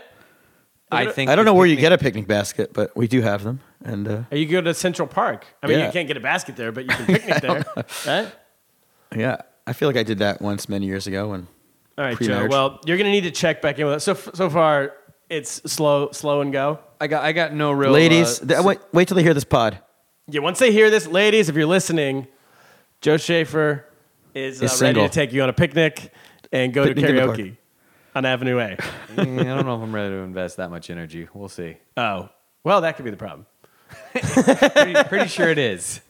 D: I think
C: I don't
D: the
C: know where you
D: picnic-
C: get a picnic basket, but we do have them. And uh,
B: Or you go to Central Park. I mean,
C: Yeah.
B: you can't get a basket there, but you can picnic there, right?
C: yeah, I feel like I did that once many years ago. And
B: All right, Joe.
C: Pre-marriage.
B: Well, you're gonna need to check back in with us. So f- so far, it's slow, slow and go.
D: I got I got no real
C: ladies,
D: uh,
C: th- wait, wait till they hear this pod.
B: Yeah. Once they hear this, ladies, if you're listening, Joe Schaefer is, uh,
C: Is
B: ready
C: single.
B: to take you on a picnic and go
C: Picnic
B: to
C: in the park.
B: karaoke on Avenue A.
D: Mm, I don't know if I'm ready to invest that much energy. We'll see.
B: Oh, well, that could be the problem.
D: Pretty, pretty sure it is.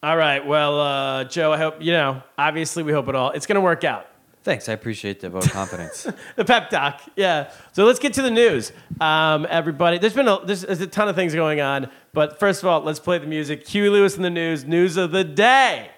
B: All right. Well, uh, Joe, I hope, you know, obviously we hope it all, it's going to work out.
D: Thanks. I appreciate the vote of confidence.
B: The pep talk. Yeah. So let's get to the news. Um, everybody, there's been a, there's, there's a ton of things going on, but first of all, let's play the music. Huey Lewis in the news, news of the day.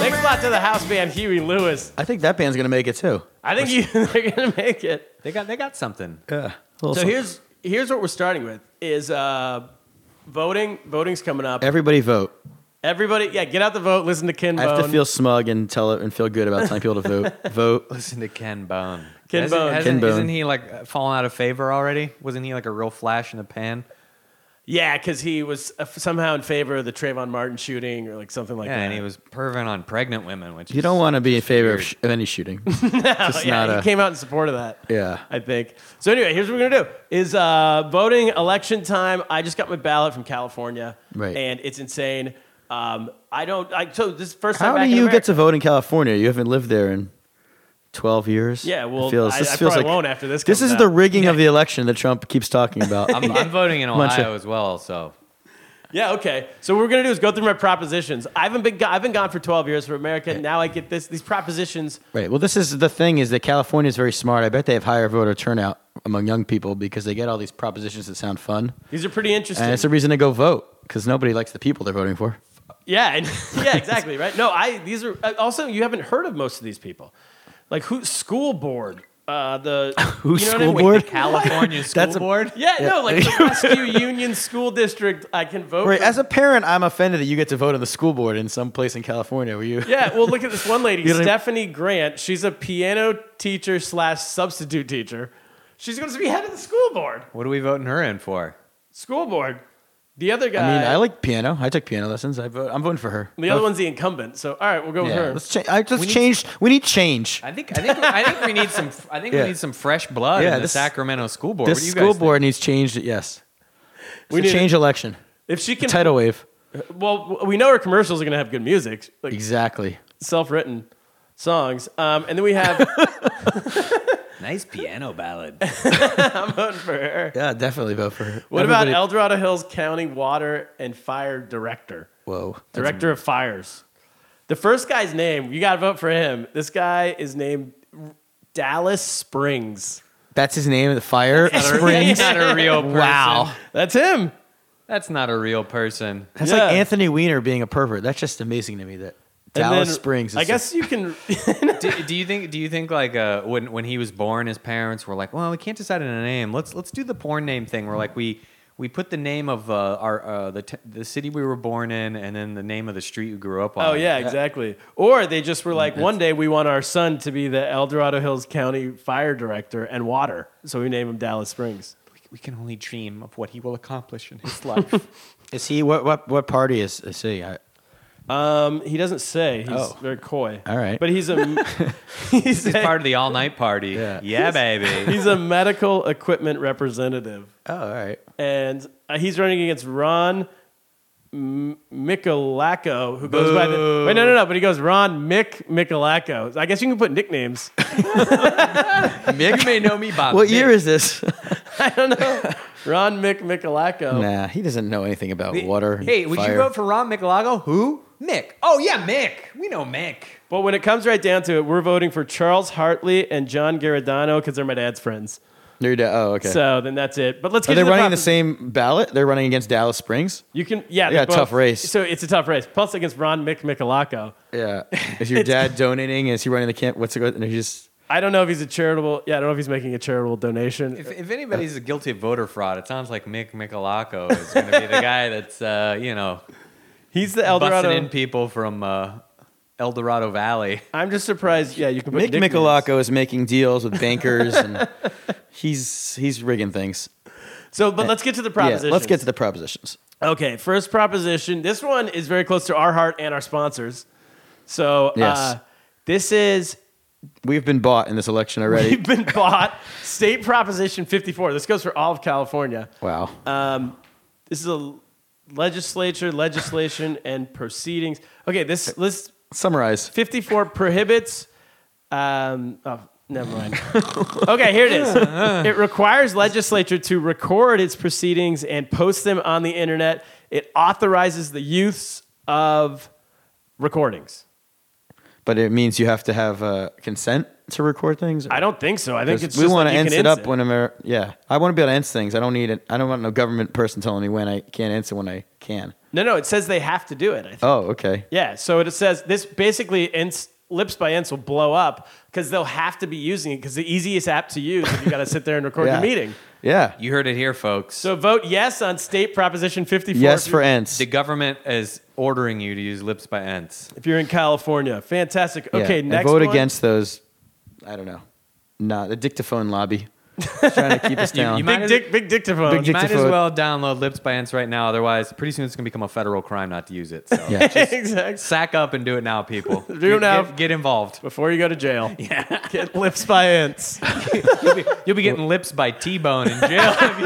B: Thanks a lot to the house band Huey Lewis.
C: I think that band's gonna make it too.
B: I think you, they're going to make it.
D: they got they got something.
C: Yeah.
B: So here's, here's what we're starting with is uh, voting. Voting's coming up.
C: everybody vote.
B: Everybody, yeah, get out the vote. Listen to Ken
C: I have to
B: Bone.
C: feel smug and tell it and feel good about telling people to vote. vote.
D: Listen to Ken Bone.
B: Ken
D: Hasn't-
B: Bone.
D: hasn't-
C: Ken Bone.
D: Isn't he like fallen out of favor already? Wasn't he like a real flash in the pan?
B: Yeah, because he was uh, somehow in favor of the Trayvon Martin shooting or like something like
D: Yeah,
B: that.
D: and he was perving on pregnant women, which
C: You don't want to be in favor of, sh- of any shooting.
B: Oh, yeah,
C: not
B: he
C: a-
B: came out in support of that.
C: Yeah.
B: I think. So anyway, here's what we're gonna do: is uh, voting election time. I just got my ballot from California,
C: Right.
B: And it's insane. Um, I don't. I, so this is the first time.
C: How
B: back in
C: do you get
B: America.
C: to vote in California? You haven't lived there in 12 years.
B: Yeah,
C: It
B: well, I- I probably won't after this
C: This
B: comes
C: is the
B: out.
C: rigging of the election that Trump keeps talking about.
D: I'm, I'm voting in
C: Munch it.
D: Ohio as well, so
B: Yeah, okay. So what we're gonna do is go through my propositions. I haven't been go- I've been gone for twelve years from America. Now I get this these propositions.
C: Right. Well, this is the thing is that California is very smart. I bet they have higher voter turnout among young people because they get all these propositions that sound fun,
B: These are pretty interesting.
C: and it's a reason to go vote because nobody likes the people they're voting for.
B: yeah, and, yeah, exactly. Right. No, I these are uh, also you haven't heard of most of these people, like who school board. Uh, the who
C: school board?
D: California school
C: That's a-
D: board.
B: Yeah, no, like the Rescue Union School District, I can vote.
C: Right.
B: for-
C: As a parent, I'm offended that you get to vote on the school board in some place in California where you.
B: Yeah, well, look at this one lady,
C: don't even-
B: Stephanie Grant. She's a piano teacher slash substitute teacher. She's going to be head of the school board.
D: What are we voting her in for?
B: School board. The other guy.
C: I mean, I like piano. I took piano lessons. I vote, I'm voting for her.
B: the other one's the incumbent. So, all right, we'll go with
C: Yeah. Let's
B: her.
C: change. I just changed. we need change.
D: I think I think I think we need some I think
C: Yeah.
D: we need some fresh blood
C: Yeah,
D: in the
C: this-
D: Sacramento school board. what do
C: This
D: you
C: school
D: guys think?
C: board needs changed. Yes.
B: We
C: We
B: need-
C: need change election.
B: If she can.
C: Tidal wave.
B: Well, we know her commercials are going to have good music, like
C: Exactly.
B: self written songs. Um, and then we have.
D: Nice piano ballad.
B: I'm voting for her.
C: Yeah, definitely vote for her.
B: What about
C: Everybody-
B: El Dorado Hills County Water and Fire Director?
C: Whoa.
B: Director of Fires. The first guy's name, you got to vote for him. This guy is named Dallas Springs.
C: That's his name. The fire
D: He's
C: springs.
D: not a real person.
C: Wow.
B: That's him.
D: That's not a real person.
C: That's
B: Yeah.
C: like Anthony Weiner being a pervert. That's just amazing to me. That
B: And
C: Dallas
B: then
C: Springs. Is
B: I
C: a-
B: guess you can.
D: do, do you think do you think like uh, when when he was born his parents were like well we can't decide on a name let's let's do the porn name thing where like we we put the name of uh, our uh, the t- the city we were born in and then the name of the street we grew up on
B: oh, yeah, exactly. Or they just were like, one day we want our son to be the El Dorado Hills County Fire Director and Water. So we name him Dallas Springs.
E: We can only dream of what he will accomplish in his life.
C: is he what what what party is is he? I,
B: Um, he doesn't say. He's
C: Oh.
B: very coy.
C: All right.
B: But he's a. he's,
D: he's
B: a-
D: part of the all night party
C: Yeah.
D: yeah, baby
B: he's a medical equipment representative.
C: oh, all right.
B: and uh, he's running against Ron M- Michalako, who goes by the wait, no, no, no, but he goes Ron Mick Michalako. I guess you can put nicknames.
D: you may know me Bob
C: What year is this?
B: I don't know. Ron Mick Michalako.
C: nah, he doesn't know anything about water. and
D: hey would
C: fire.
D: you vote for Ron Micalago who Mick oh yeah Mick we know Mick
B: But when it comes right down to it, we're voting for Charles Hartley and John Garridano because they're my dad's friends.
C: Your da- oh, okay.
B: So then that's it. But let's
C: Are
B: get
C: they
B: to the
C: running the
B: propos-
C: same ballot? They're running against Dallas Springs.
B: You can, yeah,
C: Yeah,
B: they're both-
C: tough race.
B: So it's a tough race. Plus against Ron Mick Michalako.
C: Yeah. Is your dad donating? Is he running the camp? What's it going? And he's just
B: I don't know if he's a charitable. Yeah, I don't know if he's making a charitable donation.
D: if, if anybody's guilty of voter fraud it sounds like Mick Micalaco is going to be the guy that's uh, you know
B: he's the El Dorado.
D: busting in people from uh, El Dorado Valley.
B: I'm just surprised. Yeah, you can put
C: Mick
B: nicknames.
C: Michalako is making deals with bankers, and he's he's rigging things.
B: So, but let's get to the proposition.
C: Yeah, let's get to the propositions.
B: Okay, first proposition. This one is very close to our heart and our sponsors. So, uh,
C: Yes.
B: this is
C: We've been bought in this election already.
B: we've been bought state proposition 54. This goes for all of California.
C: wow.
B: Um, this is a legislature, legislation, and proceedings. Okay, this list
C: Summarize.
B: 54 prohibits. Um, oh, never mind. okay, here it is. It requires legislature to record its proceedings and post them on the internet. It authorizes the use of recordings.
C: But it means you have to have uh, consent to record things.
B: I don't think so. I think it's
C: we
B: just
C: want
B: like
C: to
B: you
C: ends
B: can
C: it
B: ends
C: up when Amer- yeah. I want to be able to ends things. I don't need it. I don't want no government person telling me when I can't answer when I can.
B: No, no. It says they have to do it. I think.
C: Oh, okay.
B: Yeah. So it says this basically Ents- lips by ints will blow up because they'll have to be using it because the easiest app to use if you got to sit there and record
C: Yeah.
B: your meeting.
C: Yeah.
D: You heard it here, folks.
B: So vote yes on state proposition 54.
C: yes
B: if you-
C: for ends.
D: the government is ordering you to use lips by ends.
B: If you're in California, fantastic.
C: Yeah.
B: Okay,
C: And
B: next
C: vote
B: one.
C: against those. I don't know. Not the dictaphone lobby. trying to keep us down.
D: you might-
B: big dick, big dictaphone.
C: Big
D: You might as
C: Dictaphone.
D: well download lips by ends right now. Otherwise, pretty soon it's going to become a federal crime not to use it. So
C: yeah. just-
B: exactly.
D: sack up and do it now, people. do
B: it now.
D: Get, get involved.
B: Before you go to jail, yeah. get lips by ints.
D: You'll be, you'll be getting lips by T-Bone in jail if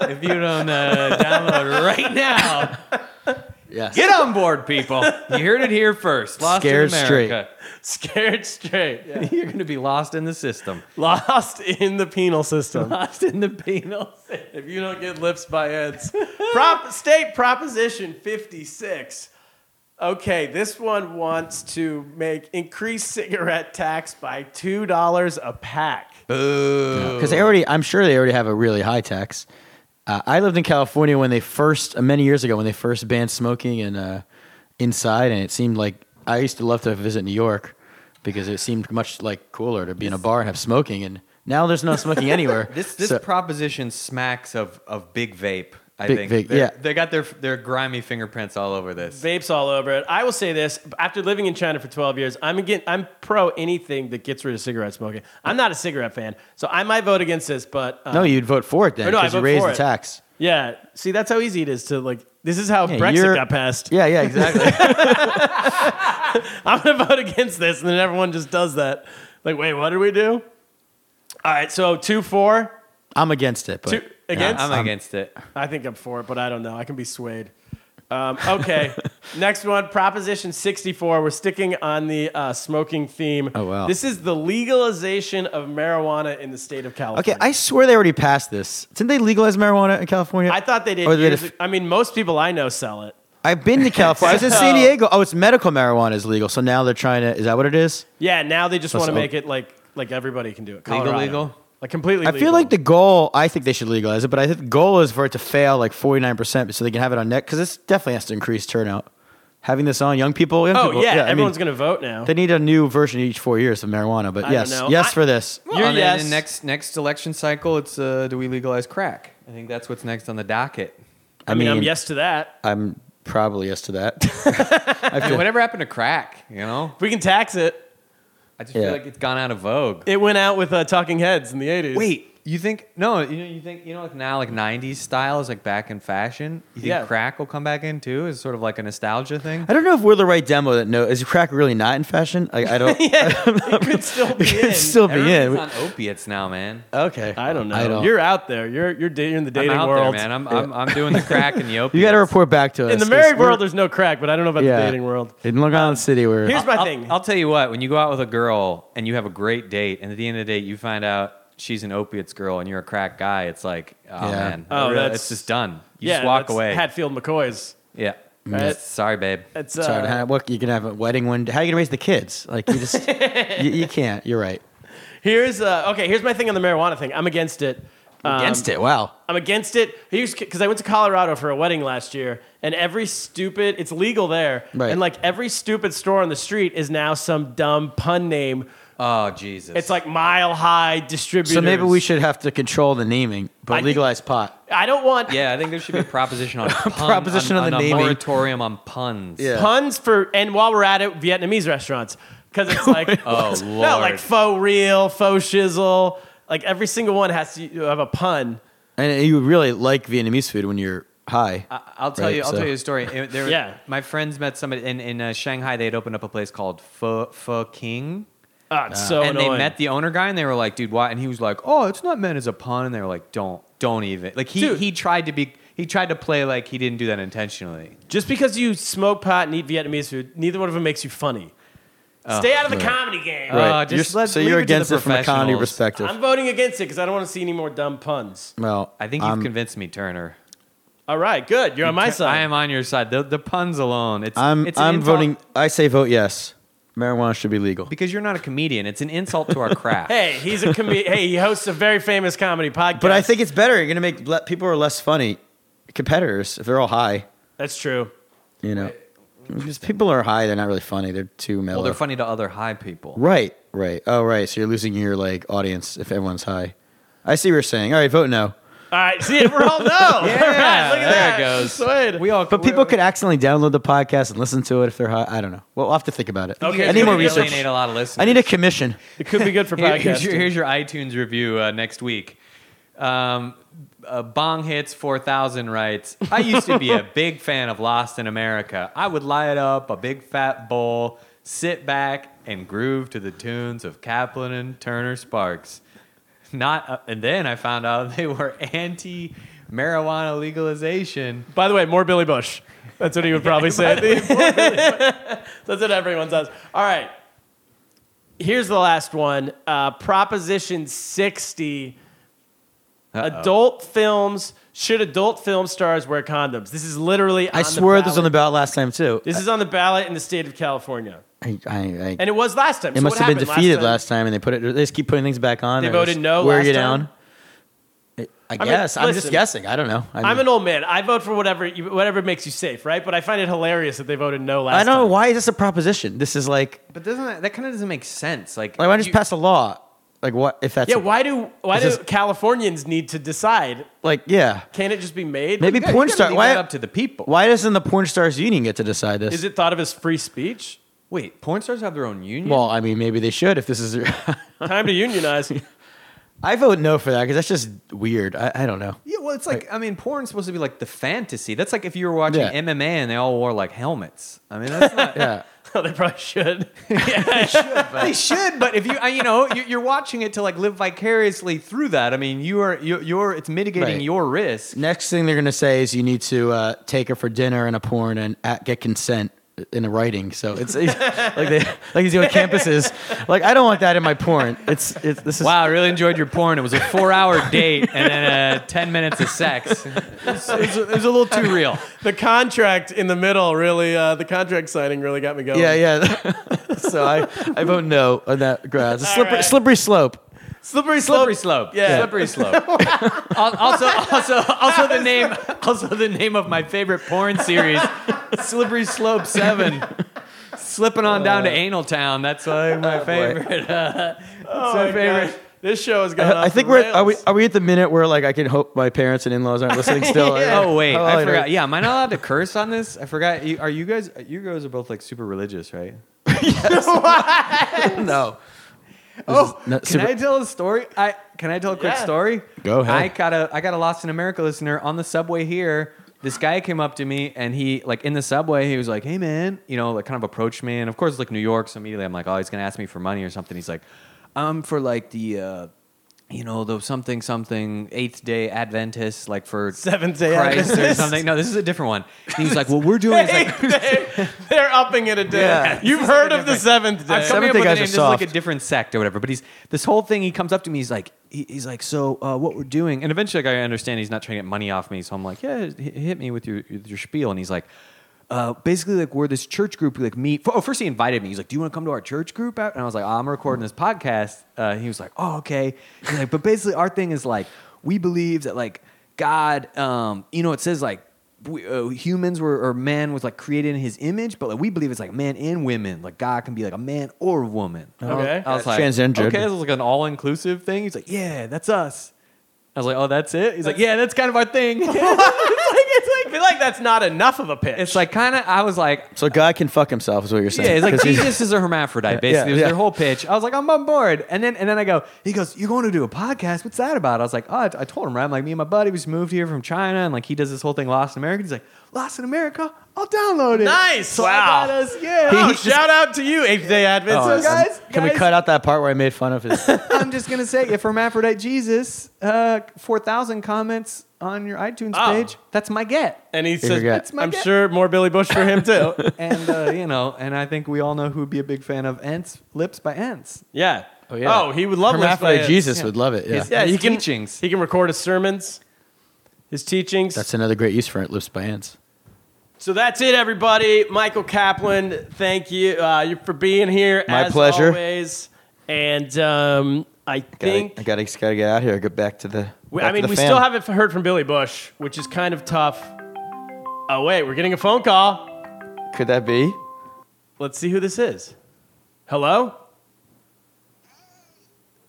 D: you, if you don't uh, download right now.
C: Yes.
D: Get on board, people. you heard it here first. Lost
C: Scared
D: in America.
B: Scared straight.
D: You're going to be lost in the system.
B: Lost in the penal system.
D: Lost in the penal system.
B: if you don't get lifts by heads. Prop, state Proposition 56. Okay, this one wants to make increase cigarette tax by $2 a pack.
C: Because they already, I'm sure they already have a really high tax. Uh, I lived in California when they first, uh, many years ago, when they first banned smoking and uh, inside, and it seemed like I used to love to visit New York because it seemed much like cooler to be in a bar and have smoking. And now there's no smoking anywhere.
D: This this
C: So-
D: proposition smacks of of big vape. I
C: Big
D: think
C: vape,
D: They're-
C: yeah.
D: they got their their grimy fingerprints all over this.
B: Vapes all over it. I will say this: after living in China for 12 years, I'm again, I'm pro anything that gets rid of cigarette smoking. I'm not a cigarette fan, so I might vote against this. But uh,
C: no, you'd vote for it then
B: Or no, I
C: because you
B: vote
C: raised
B: for
C: the
B: it.
C: tax.
B: yeah, see, that's how easy it is to like. This is how
C: Yeah,
B: Brexit
C: you're-
B: got passed.
C: Yeah, yeah, exactly.
B: I'm gonna vote against this, and then everyone just does that. Like, wait, what did we do? All right, so two four
C: I'm against it. But
B: two against.
D: I'm against it.
B: I think I'm for it, but I don't know. I can be swayed. Um, okay, next one, Proposition 64. We're sticking on the uh, smoking theme.
C: Oh, wow.
B: This is the legalization of marijuana in the state of California.
C: Okay, I swear they already passed this. Didn't they legalize marijuana in California?
B: I thought they did.
C: Or they
B: Years,
C: def-
B: ag- I mean, most people I know sell it.
C: I've been to California. I was in San Diego. Oh, it's medical marijuana is legal. So now they're trying to. Is that what it is?
B: Yeah, now they just
C: Plus,
B: want to
C: oh.
B: make it like like everybody can do it.
D: Legal,
B: Colorado.
D: legal?
B: Like completely.
C: I feel
B: legal.
C: like the goal. I think they should legalize it, but I think the goal is for it to fail like forty nine percent, so they can have it on net because this definitely has to increase turnout. Having this on young people. Young
B: Oh
C: people,
B: yeah,
C: I mean,
B: everyone's gonna vote now.
C: They need a new version each four years of marijuana. But
B: don't
C: yes,
B: know.
C: yes
B: I-
C: for this.
B: You're
D: on
B: yes.
D: the next next election cycle, it's uh, do we legalize crack? I think that's what's next on the docket.
B: I mean, I'm
C: mean-
B: yes to that.
C: I'm probably yes to that. I
D: I mean,
C: feel-
D: whatever happened to crack? You know,
B: If we can tax it,
D: I just
C: Yeah.
D: feel like it's gone out of vogue.
B: it went out with uh, Talking Heads in the 80s.
D: Wait, you think no? You know, you think you know, like now, like '90s style is like back in fashion. You think
B: Yeah.
D: crack will come back in too? Is sort of like a nostalgia thing.
C: I don't know if we're the right demo. That no, is crack really not in fashion? I, I don't.
B: it could still be in.
C: It'd still be in.
D: Everyone's on opiates now, man.
C: Okay.
B: I don't know.
C: I don't.
B: You're out there. You're you're, da- you're in the dating
D: I'm out
B: world.
D: there, man. I'm, I'm, I'm doing the crack and the opiates.
C: you got to report back to us.
B: in the
C: 'cause
B: married
C: we're-
B: world, there's no crack, but I don't know about the dating world.
C: In Long Island City, where
B: Here's my
D: I'll,
B: thing.
D: I'll tell you what. When you go out with a girl and you have a great date, and at the end of the date you find out she's an opiates girl and you're a crack guy, it's like, oh
C: Yeah.
D: man,
B: Oh,
D: Really,
B: that's-
D: it's just done. You
B: yeah,
D: just walk
B: that's
D: away.
B: Hatfield McCoy's.
D: yeah.
B: Right?
D: Sorry, babe.
B: It's
C: Sorry,
B: uh,
C: how- what you can have a wedding one. How are you gonna raise the kids? Like you just, you, you can't. You're right.
B: here's uh, okay. Here's my thing on the marijuana thing. I'm against it. Um,
C: Against it. Wow.
B: I'm against it. Because I went to Colorado for a wedding last year, and every stupid, it's legal there.
C: Right.
B: And like every stupid store on the street is now some dumb pun name.
D: Oh Jesus.
B: It's like mile high distributors.
C: So maybe we should have to control the naming, but
B: I think-
C: legalize pot.
B: I don't want
D: Yeah, I think there should be a proposition on pun,
C: Proposition on the
D: a
C: naming.
D: moratorium on puns.
C: Yeah.
B: puns for and while we're at it vietnamese restaurants because it's like
D: Oh
B: no like
D: lord.
B: faux real faux shizzle like every single one has to have a pun
C: And you really like Vietnamese food when you're high.
D: I- I'll tell
C: Right,
D: you. I'll
C: so-
D: tell you a story. It- there-
B: Yeah.
D: My friends met somebody in in uh, Shanghai. They'd opened up a place called Pho Pho King.
C: Ah,
B: oh, it's so
D: and
B: annoying.
D: they met the owner guy and they were like, dude, why? And he was like, oh, it's not meant as a pun. And they were like, don't, don't even. Like he,
B: Dude.
D: he tried to be, he tried to play like he didn't do that intentionally.
B: just because you smoke pot and eat vietnamese food neither one of them makes you funny stay out of the comedy game
D: Oh,
B: Uh,
D: Right.
C: You're-
D: just let's
C: so
D: leave
C: you're
D: it to the
C: against it from a comedy
D: professionals.
C: perspective.
B: i'm voting against it because i don't want to see any more dumb puns
C: well,
D: I think you've
C: I'm-
D: convinced me, Turner.
B: all right good you're on my side
D: I am on your side. The, the puns alone. It's,
C: I'm.
D: it's an
C: I'm
D: insult-
C: voting. I say vote yes. Marijuana should be legal.
D: because you're not a comedian. It's an insult to our craft.
B: hey he's a comedian hey he hosts a very famous comedy podcast
C: But I think it's better. You're gonna make le- people who are less funny competitors if they're all high.
B: that's true
C: You know, because people are high, they're not really funny. They're too mellow.
D: Well, they're funny to other high people.
C: Right, right. Oh, right. So you're losing your like audience if everyone's high. I see what you're saying. All right, vote no.
B: all right see we're all no all right, look at
D: there
B: that
D: it goes.
B: Swayed.
D: We all,
C: But people could accidentally download the podcast and listen to it if they're high. I don't know. Well, I'll have to think about it.
B: Okay.
C: I need more
B: You're gonna
C: research.
D: alienate a lot of listeners.
C: I need a commission.
B: It could be good for
D: Here- here's, your,
B: podcasting.
D: here's your iTunes review uh, next week. Um, uh, Bong hits four thousand writes. I used to be a big fan of Lost in America. I would light up a big fat bowl, sit back and groove to the tunes of Kaplan and Turner Sparks. Not uh, and then I found out they were anti marijuana legalization.
B: By the way, more Billy Bush. That's what he would probably say. That's what everyone says. All right. Here's the last one uh, Proposition 60 Adult films. Should adult film stars wear condoms? This is literally.
C: I
B: on
C: swear
B: the
C: this was on the
B: ballot.
C: ballot last time too.
B: This is on the ballot in the state of California.
C: I, I, I,
B: And it was last time.
C: it
B: So
C: must
B: what
C: have been
B: happened
C: defeated
B: time?
C: last time, and they put it. They just keep putting things back on.
B: They
C: or
B: voted
C: just
B: no
C: Wear
B: last
C: you
B: time?
C: down. It- I guess I'm just
B: listen.
C: guessing. I don't know. I,
B: I'm
C: mean,
B: an old man. I vote for whatever you, whatever makes you safe, right? But I find it hilarious that they voted no last
C: I
B: time.
C: don't know why is this a proposition. This is like
D: But doesn't that, that kind of doesn't make sense? Like,
C: like why don't you
D: you-
C: pass a law? Like what if that's
B: Yeah,
C: a-
B: why do why
C: Is
B: do
C: this-
B: Californians need to decide?
C: like yeah
B: Can't it just be made?
C: maybe
D: Yeah, you
C: porn
D: gotta
C: star
D: leave
C: why
D: that up to the people?
C: why doesn't the porn stars union get to decide this?
B: is it thought of as free speech?
D: Wait, porn stars have their own union.
C: well, I mean maybe they should if this is.
B: Time to unionize.
C: I vote no for that because that's just weird. I, I don't know.
D: yeah, well, it's like I mean, porn's supposed to be like the fantasy. That's like if you were watching
C: Yeah.
D: MMA and they all wore like helmets. I mean, that's not.
C: Yeah.
B: oh, they probably should.
D: they should, but if you, I- you know, you- you're watching it to like live vicariously through that. I mean, you are, you're, you're it's mitigating
C: Right.
D: your risk.
C: Next thing they're gonna say is you need to uh, take her for dinner and a porn and at, get consent in a writing. So it's it's- like they like he's doing campuses. Like I don't want that in my porn. It's it's this is
D: Wow, I really enjoyed your porn. It was a four-hour date and then uh, ten minutes of sex. It was, it was- it was a little too real.
B: the contract in the middle really, uh, the contract signing really got me going.
C: yeah yeah. so I I vote no on that grass. It's a slippery,
B: right.
C: slippery slope.
B: Slippery slope.
D: Slippery slope.
B: Yeah.
D: slippery slope. Al- also, also, also the name, also the name of my favorite porn series, Slippery Slope Seven. Slipping on down to
B: Uh,
D: Anal Town. That's like my favorite. Uh,
B: Oh
D: it's my
B: my
D: favorite.
B: gosh. This show has gone. off
C: I think
B: the
C: we're are we
B: rails.
C: are we at the minute where like I can hope my parents and in laws aren't listening still.
D: Oh wait,
C: How
D: I
C: I know.
D: forgot. Yeah, am I not allowed to curse on this? I forgot. You, are you guys? You guys are both like super religious, right?
C: No.
D: Oh,
C: not
D: can
C: super-
D: I tell a story? I can I tell a quick
B: Yeah.
D: story?
C: Go ahead.
D: I got a I got a Lost in America listener on the subway here. This guy came up to me and he like in the subway he was like, "Hey man," you know, like kind of approached me. And of course, it's like New York, so immediately I'm like, "Oh, he's gonna ask me for money or something." He's like, "Um, for like the." uh you know, the something something eighth day Adventist, like for
B: Seventh Day
D: Christ or
B: Adventist.
D: something. No, this is a different one. And he's like, "Well, we're doing." It's like,
B: they, they're upping it a day.
C: Yeah.
B: You've heard of the seventh day.
D: I'm
C: Seventh
D: coming up
C: Day
D: with a
C: guys are
D: name. This is like a
C: soft.
D: different sect or whatever. But he's this whole thing. He comes up to me. He's like, he, he's like, so uh, what we're doing? And eventually, like, I understand he's not trying to get money off me. So I'm like, yeah, h- hit me with your with your spiel. And he's like. Uh, basically, like we're this church group. We like meet. Oh, first he invited me. He's like, "Do you want to come to our church group?" out?" And I was like, "Oh, "I'm recording this podcast." Uh, he was like, "Oh, okay." He's like, "But basically, our thing is like we believe that like God, um, you know, it says like we, uh, humans were or man was like created in his image, but like we believe it's like man and women. Like God can be like a man or a woman. And I was-
B: Okay.
D: I was like
C: Transgendered.
D: Okay, this is like an all inclusive thing. He's like, yeah, that's us. I was like, oh, that's it. He's like, yeah, that's kind of our thing.
B: I feel like that's not enough of a pitch.
D: it's like kind of. I was like.
C: So God can fuck himself is what you're saying.
D: Yeah, it's like
C: 'Cause he's-
D: Jesus is a hermaphrodite. Basically,
C: yeah,
D: it was
C: yeah.
D: their whole pitch. I was like, I'm on board. And then, and then I go, he goes, you're going to do a podcast? What's that about? I was like, oh, I, I told him right. I'm like, me and my buddy was moved here from China, and like he does this whole thing, Lost in America. He's like, Lost in America, I'll download it.
B: Nice.
D: So
B: Wow.
D: I got us, yeah.
B: Oh, shout out to you, Eighth Day Adventists.
C: Oh,
D: guys-
C: can we
D: guys-
C: cut out that part where I made fun of his?
D: I'm just gonna say, if hermaphrodite Jesus, uh, four thousand comments on your iTunes
B: Oh.
D: page, that's my get.
B: And he
C: we
B: says,
C: go. Oh,
B: "That's my "I'm
D: guess."
B: sure more Billy Bush for him too."
D: And uh, you know, and I think we all know who'd be a big fan of Ents Lips by Ents.
B: yeah. Oh
C: yeah.
B: he would love Lips by
C: Hermaphrodite
B: Ants.
C: Jesus would love it. Yeah.
D: His-
B: Yeah, he can,
D: teachings.
B: He can record his sermons, his teachings.
C: That's another great use for it. Lips by ants.
B: so that's it, everybody. Michael Kaplan, thank you, uh, you for being here.
C: My
B: as
C: pleasure.
B: Always. And um, I think
C: I gotta, gotta get out here. Get back to the.
B: We- I mean, we still haven't f- heard from Billy Bush, which is kind of tough. Oh wait, we're getting a phone call.
C: Could that be?
B: Let's see who this is. Hello.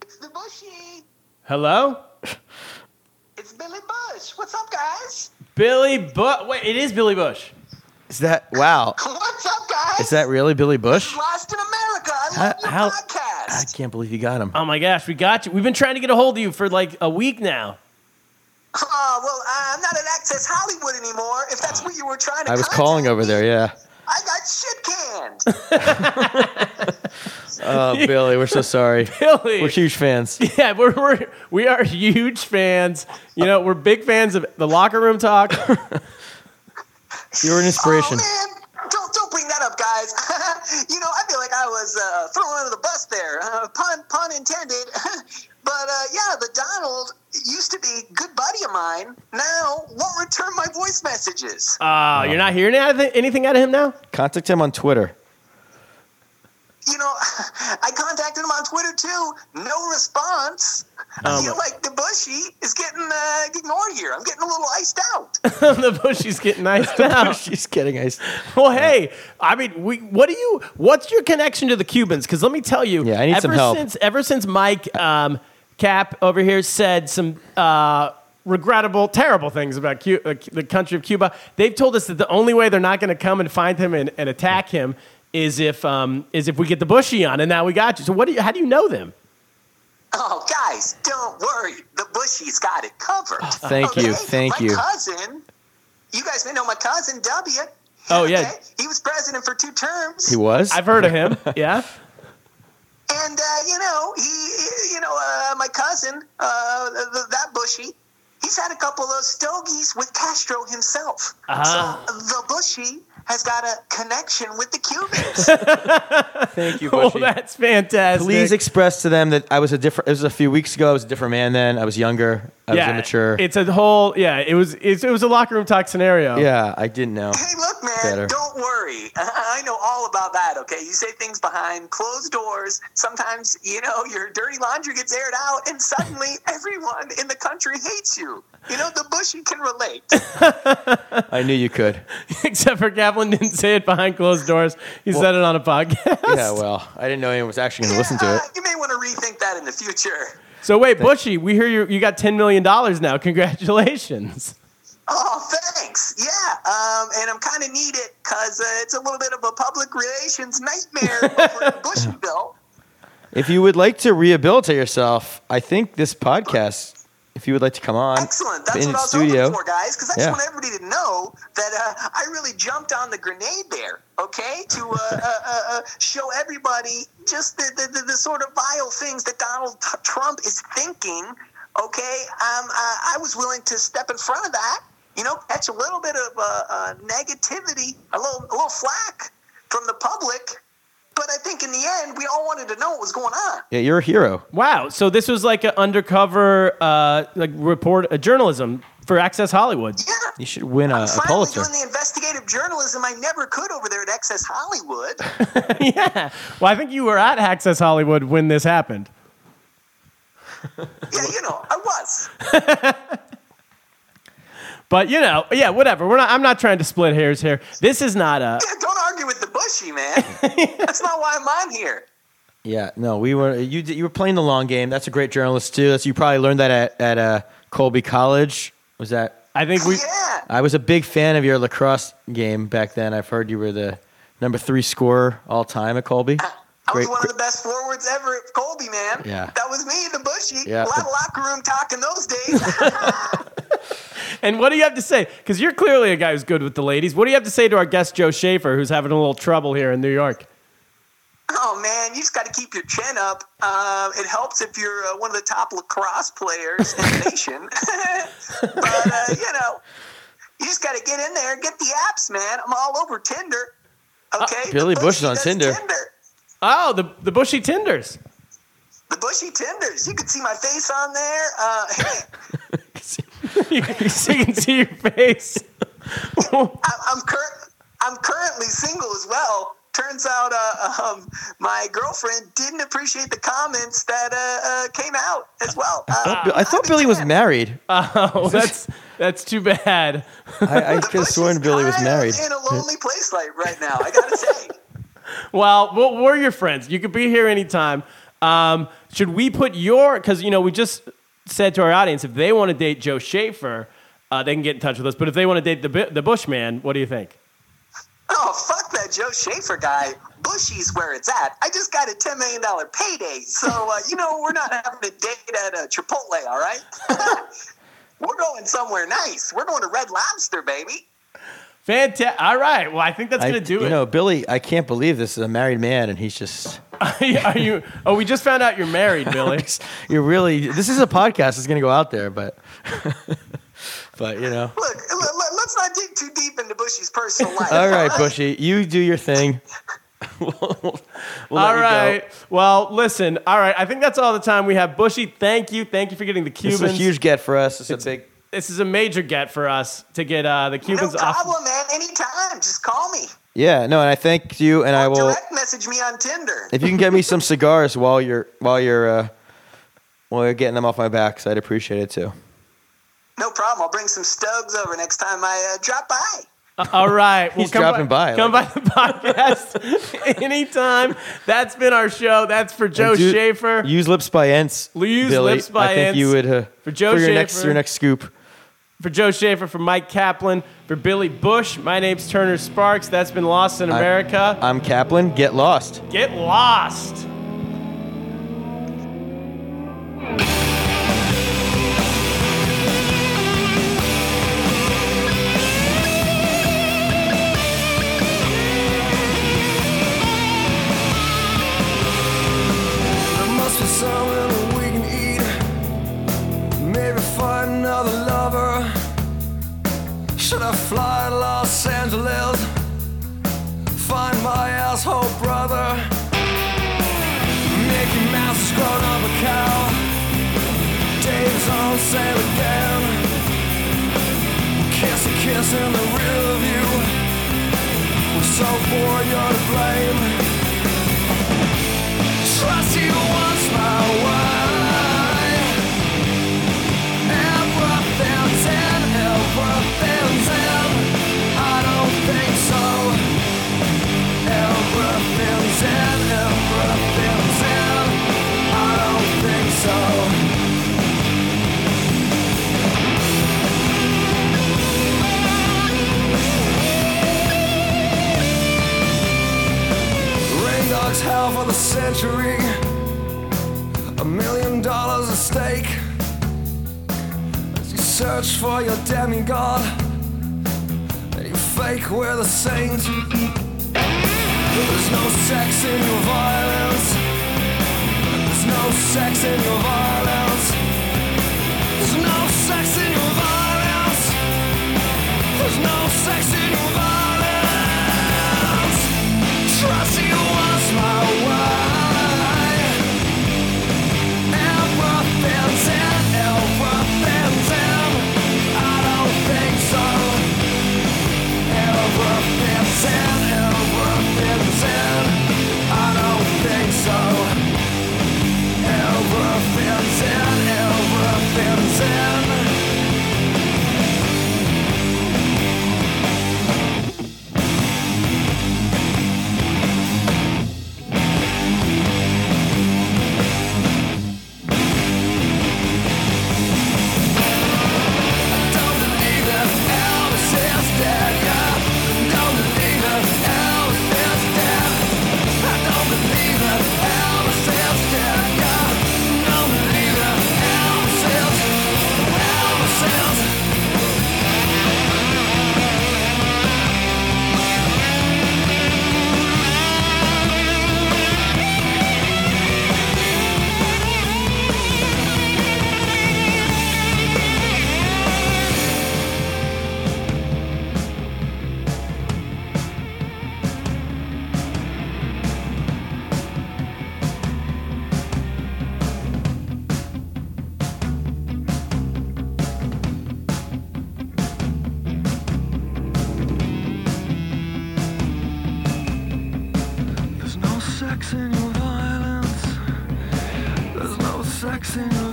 F: It's the Bushy.
B: Hello.
F: It's Billy Bush. What's up, guys?
B: Billy Bush. Wait, it is Billy Bush.
C: Is that wow?
F: What's up, guys?
C: Is that really Billy Bush?
F: Lost in America? I love your
C: how- I
F: podcast.
C: can't believe you got him.
B: Oh my gosh, we got you. We've been trying to get a hold of you for like a week now.
F: Oh well, I'm not at Access Hollywood anymore. If that's what you were trying to.
C: I was
F: contact
C: calling over
F: me,
C: there. Yeah.
F: I got shit canned.
C: Oh, Billy, we're so sorry.
B: Billy.
C: We're huge fans.
B: Yeah, we're, we're we are huge fans. You know, we're big fans of the locker room talk.
C: You're an inspiration.
F: Oh man, don't don't bring that up, guys. you know, I feel like I was uh, thrown under the bus there, uh, pun pun intended. but uh, yeah, the Donald used to be a good buddy of mine. Now won't return my voice messages.
B: Uh, you're not hearing anything, anything out of him now.
C: Contact him on Twitter.
F: you know, I contacted him on Twitter too. No response.
C: Um,
F: I feel like the bushy is getting uh, ignored here. I'm getting a little iced out.
B: the bushy's getting iced out.
C: She's kidding. I,
B: Well, hey, I mean, we, what do you? What's your connection to the Cubans? Because let me tell you,
C: Yeah, I need
B: ever
C: some help.
B: Since, ever since Mike um, Cap over here said some uh, regrettable, terrible things about Cu- uh, the country of Cuba, they've told us that the only way they're not going to come and find him and, and attack him is if um, is if we get the Bushy on, and now we got you. So, what do you? How do you know them?
F: Oh, guys, don't worry. The bushy's got it covered.
C: Oh, thank you, thank
F: my
C: you.
F: cousin, you guys may know my cousin W.
B: Oh, yeah.
F: He was president for two terms.
C: he was?
B: I've heard of him. Yeah.
F: And uh, you know, he, you know, uh, my cousin, uh, th- that Bushy, he's had a couple of those stogies with Castro himself.
C: Uh-huh.
B: Ah.
F: So the Bushy has got a connection with the Cubans.
D: Thank you,
B: Well,
D: Bushy.
B: Oh, that's fantastic.
C: Please express to them that I was a different. It was a few weeks ago. I was a different man then. I was younger. I was immature.
B: It's a whole. Yeah. It was. It's, it was a locker room talk scenario.
C: yeah, I didn't know.
F: hey, look, man,
C: Better.
F: don't worry. I know all about that. Okay, you say things behind closed doors. Sometimes, you know, your dirty laundry gets aired out, and suddenly everyone in the country hates you. You know, the Bushy can relate.
C: I knew you could.
B: Except for Kaplan didn't say it behind closed doors. He said it on a podcast.
C: Yeah, well, I didn't know anyone was actually going to listen
F: Yeah,
C: to it.
F: uh, You may want to rethink that in the future.
B: So wait, Bushy, we hear you you got ten million dollars now. Congratulations.
F: Oh, thanks. Yeah, um, and I'm kind of need it because uh, it's a little bit of a public relations nightmare over in Bushville.
C: If you would like to rehabilitate yourself, I think this podcast. If you would like to come on,
F: Excellent. That's
C: in
F: what I was
C: studio,
F: hoping for, guys, because I just
C: Yeah.
F: want everybody to know that uh, I really jumped on the grenade there, okay, to uh, uh, uh, uh, show everybody just the, the, the, the sort of vile things that Donald T- Trump is thinking, okay. Um, uh, I was willing to step in front of that, you know, catch a little bit of uh, uh, negativity, a little, a little flack from the public. But I think in the end, we all wanted to know what was going on.
C: yeah, you're a hero.
B: Wow. So this was like an undercover uh, like report uh, journalism for Access Hollywood.
F: Yeah.
C: You should win a, a
F: finally
C: Pulitzer.
F: doing the investigative journalism I never could over there at Excess Hollywood.
B: yeah. Well, I think you were at Access Hollywood when this happened.
F: yeah, you know, I was.
B: But you know, yeah, whatever. We're not. I'm not trying to split hairs here. This is not a.
F: Yeah, don't argue with the bushy, man. That's not why I'm on here.
C: Yeah, no, we were you. did- You were playing the long game. That's a great journalist too. That's you probably learned that at at uh, Colby College. Was that?
B: I think we.
F: yeah.
C: I was a big fan of your lacrosse game back then. I've heard you were the number three scorer all time at Colby.
B: Ah,
F: I was
C: Great,
F: one of the best forwards ever at Colby, man.
C: Yeah.
F: That was me, the bushy.
C: Yeah.
F: A lot of locker room talk in those days.
B: And what do you have to say? Because you're clearly a guy who's good with the ladies. What do you have to say to our guest Joe Schaefer, who's having a little trouble here in New York?
F: oh, man, you just got to keep your chin up. Um, it helps if you're uh, one of the top lacrosse players in the nation. but, uh, you know, you just got to get in there and get the apps, man. I'm all over Tinder. Okay.
C: Ah, Billy
F: The
C: Bush is on
F: does
C: Tinder.
F: Tinder.
B: Oh, the the bushy tinders.
F: The bushy tenders. You could see my face on there. Uh, hey,
B: you can see your face.
F: I'm I'm, cur- I'm currently single as well. Turns out, uh, um, my girlfriend didn't appreciate the comments that uh, uh, came out as well. Uh,
C: I thought Billy was married.
B: Oh, that's that's too bad.
C: I, I could have
F: Bush
C: sworn
F: is
C: Billy was
F: kind of
C: married.
F: In a lonely place like right now, I gotta say.
B: Well, well, we're your friends. You could be here anytime. Um, should we put your? Because you know we just said to our audience if they want to date Joe Schaefer, uh, they can get in touch with us. But if they want to date the Bu- the Bushman, what do you think?
F: Oh fuck that Joe Schaefer guy. Bushy's where it's at. I just got a ten million dollar payday, so uh, you know we're not having a date at a Chipotle, all right? we're going somewhere nice. We're going to Red Lobster, baby.
B: Fantastic. All right. Well, I think that's
C: I,
B: going to do
C: you
B: it.
C: know, Billy, I can't believe this is a married man, and he's just
B: Are you? Oh, we just found out you're married, Billy.
C: you're really. This is a podcast. It's gonna go out there, but but you know.
F: Look, l- l- let's not dig too deep into Bushy's personal life.
C: All right, Bushy, you do your thing.
B: all
C: you go.
B: right. Well, listen. All right. I think that's all the time we have. Bushy, thank you. Thank you for getting the
C: This
B: Cubans.
C: is a huge get for us. It's, a big.
B: This is a major get for us to get uh, the
F: No
B: Cubans off.
F: problem, man. Anytime. Just call me.
C: Yeah, no, and I thank you, and I will.
F: Direct message me on Tinder.
C: If you can get me some cigars while you're while you're uh, while you're getting them off my back, so I'd appreciate it too.
F: No problem. I'll bring some Stubbs over next time I uh, drop by.
B: All right. Well,
C: He's dropping by,
B: Come by the podcast anytime. That's been our show. That's for Joe
C: And do-
B: Schaefer.
C: Use lips by ends.
B: Use
C: Billy.
B: lips by
C: I think you
B: Ents.
C: would uh,
B: For Joe
C: your next
B: Schaefer.
C: your next scoop.
B: for Joe Schaefer, for Mike Kaplan, for Billy Bush. My name's Turner Sparks. That's been Lost in America.
C: I'm Kaplan. Get lost.
B: Get lost.
G: There must be something that we can eat. Maybe find another lover. Should I fly to Los Angeles? Find my asshole brother. Mickey Mouse is growing up a cow. Dave's on sale again. Kiss a kiss in the rear view. We're so bored, you're to blame. Trust you once my wife. Everything's in, everything's in. I don't think so. Everything's in, everything's in. I don't think so. Rain dogs hell for the century. A million dollars at stake. As you search for your demigod, and you fake we're the saint. There's no sex in your violence. There's no sex in your violence. There's no sex in your violence. There's no sex in your violence. Trust you was my wife. Everything's in, everything's in. I don't think so. Everything's in, everything's in. I don't think so. Everything's in, everything's in. Don't believe that Elvis is dead, yeah. Don't believe that Elvis is dead. I don't believe that Elvis is dead, yeah. Don't believe that Elvis is, Elvis is. There's no sex in your violence. There's no sex in your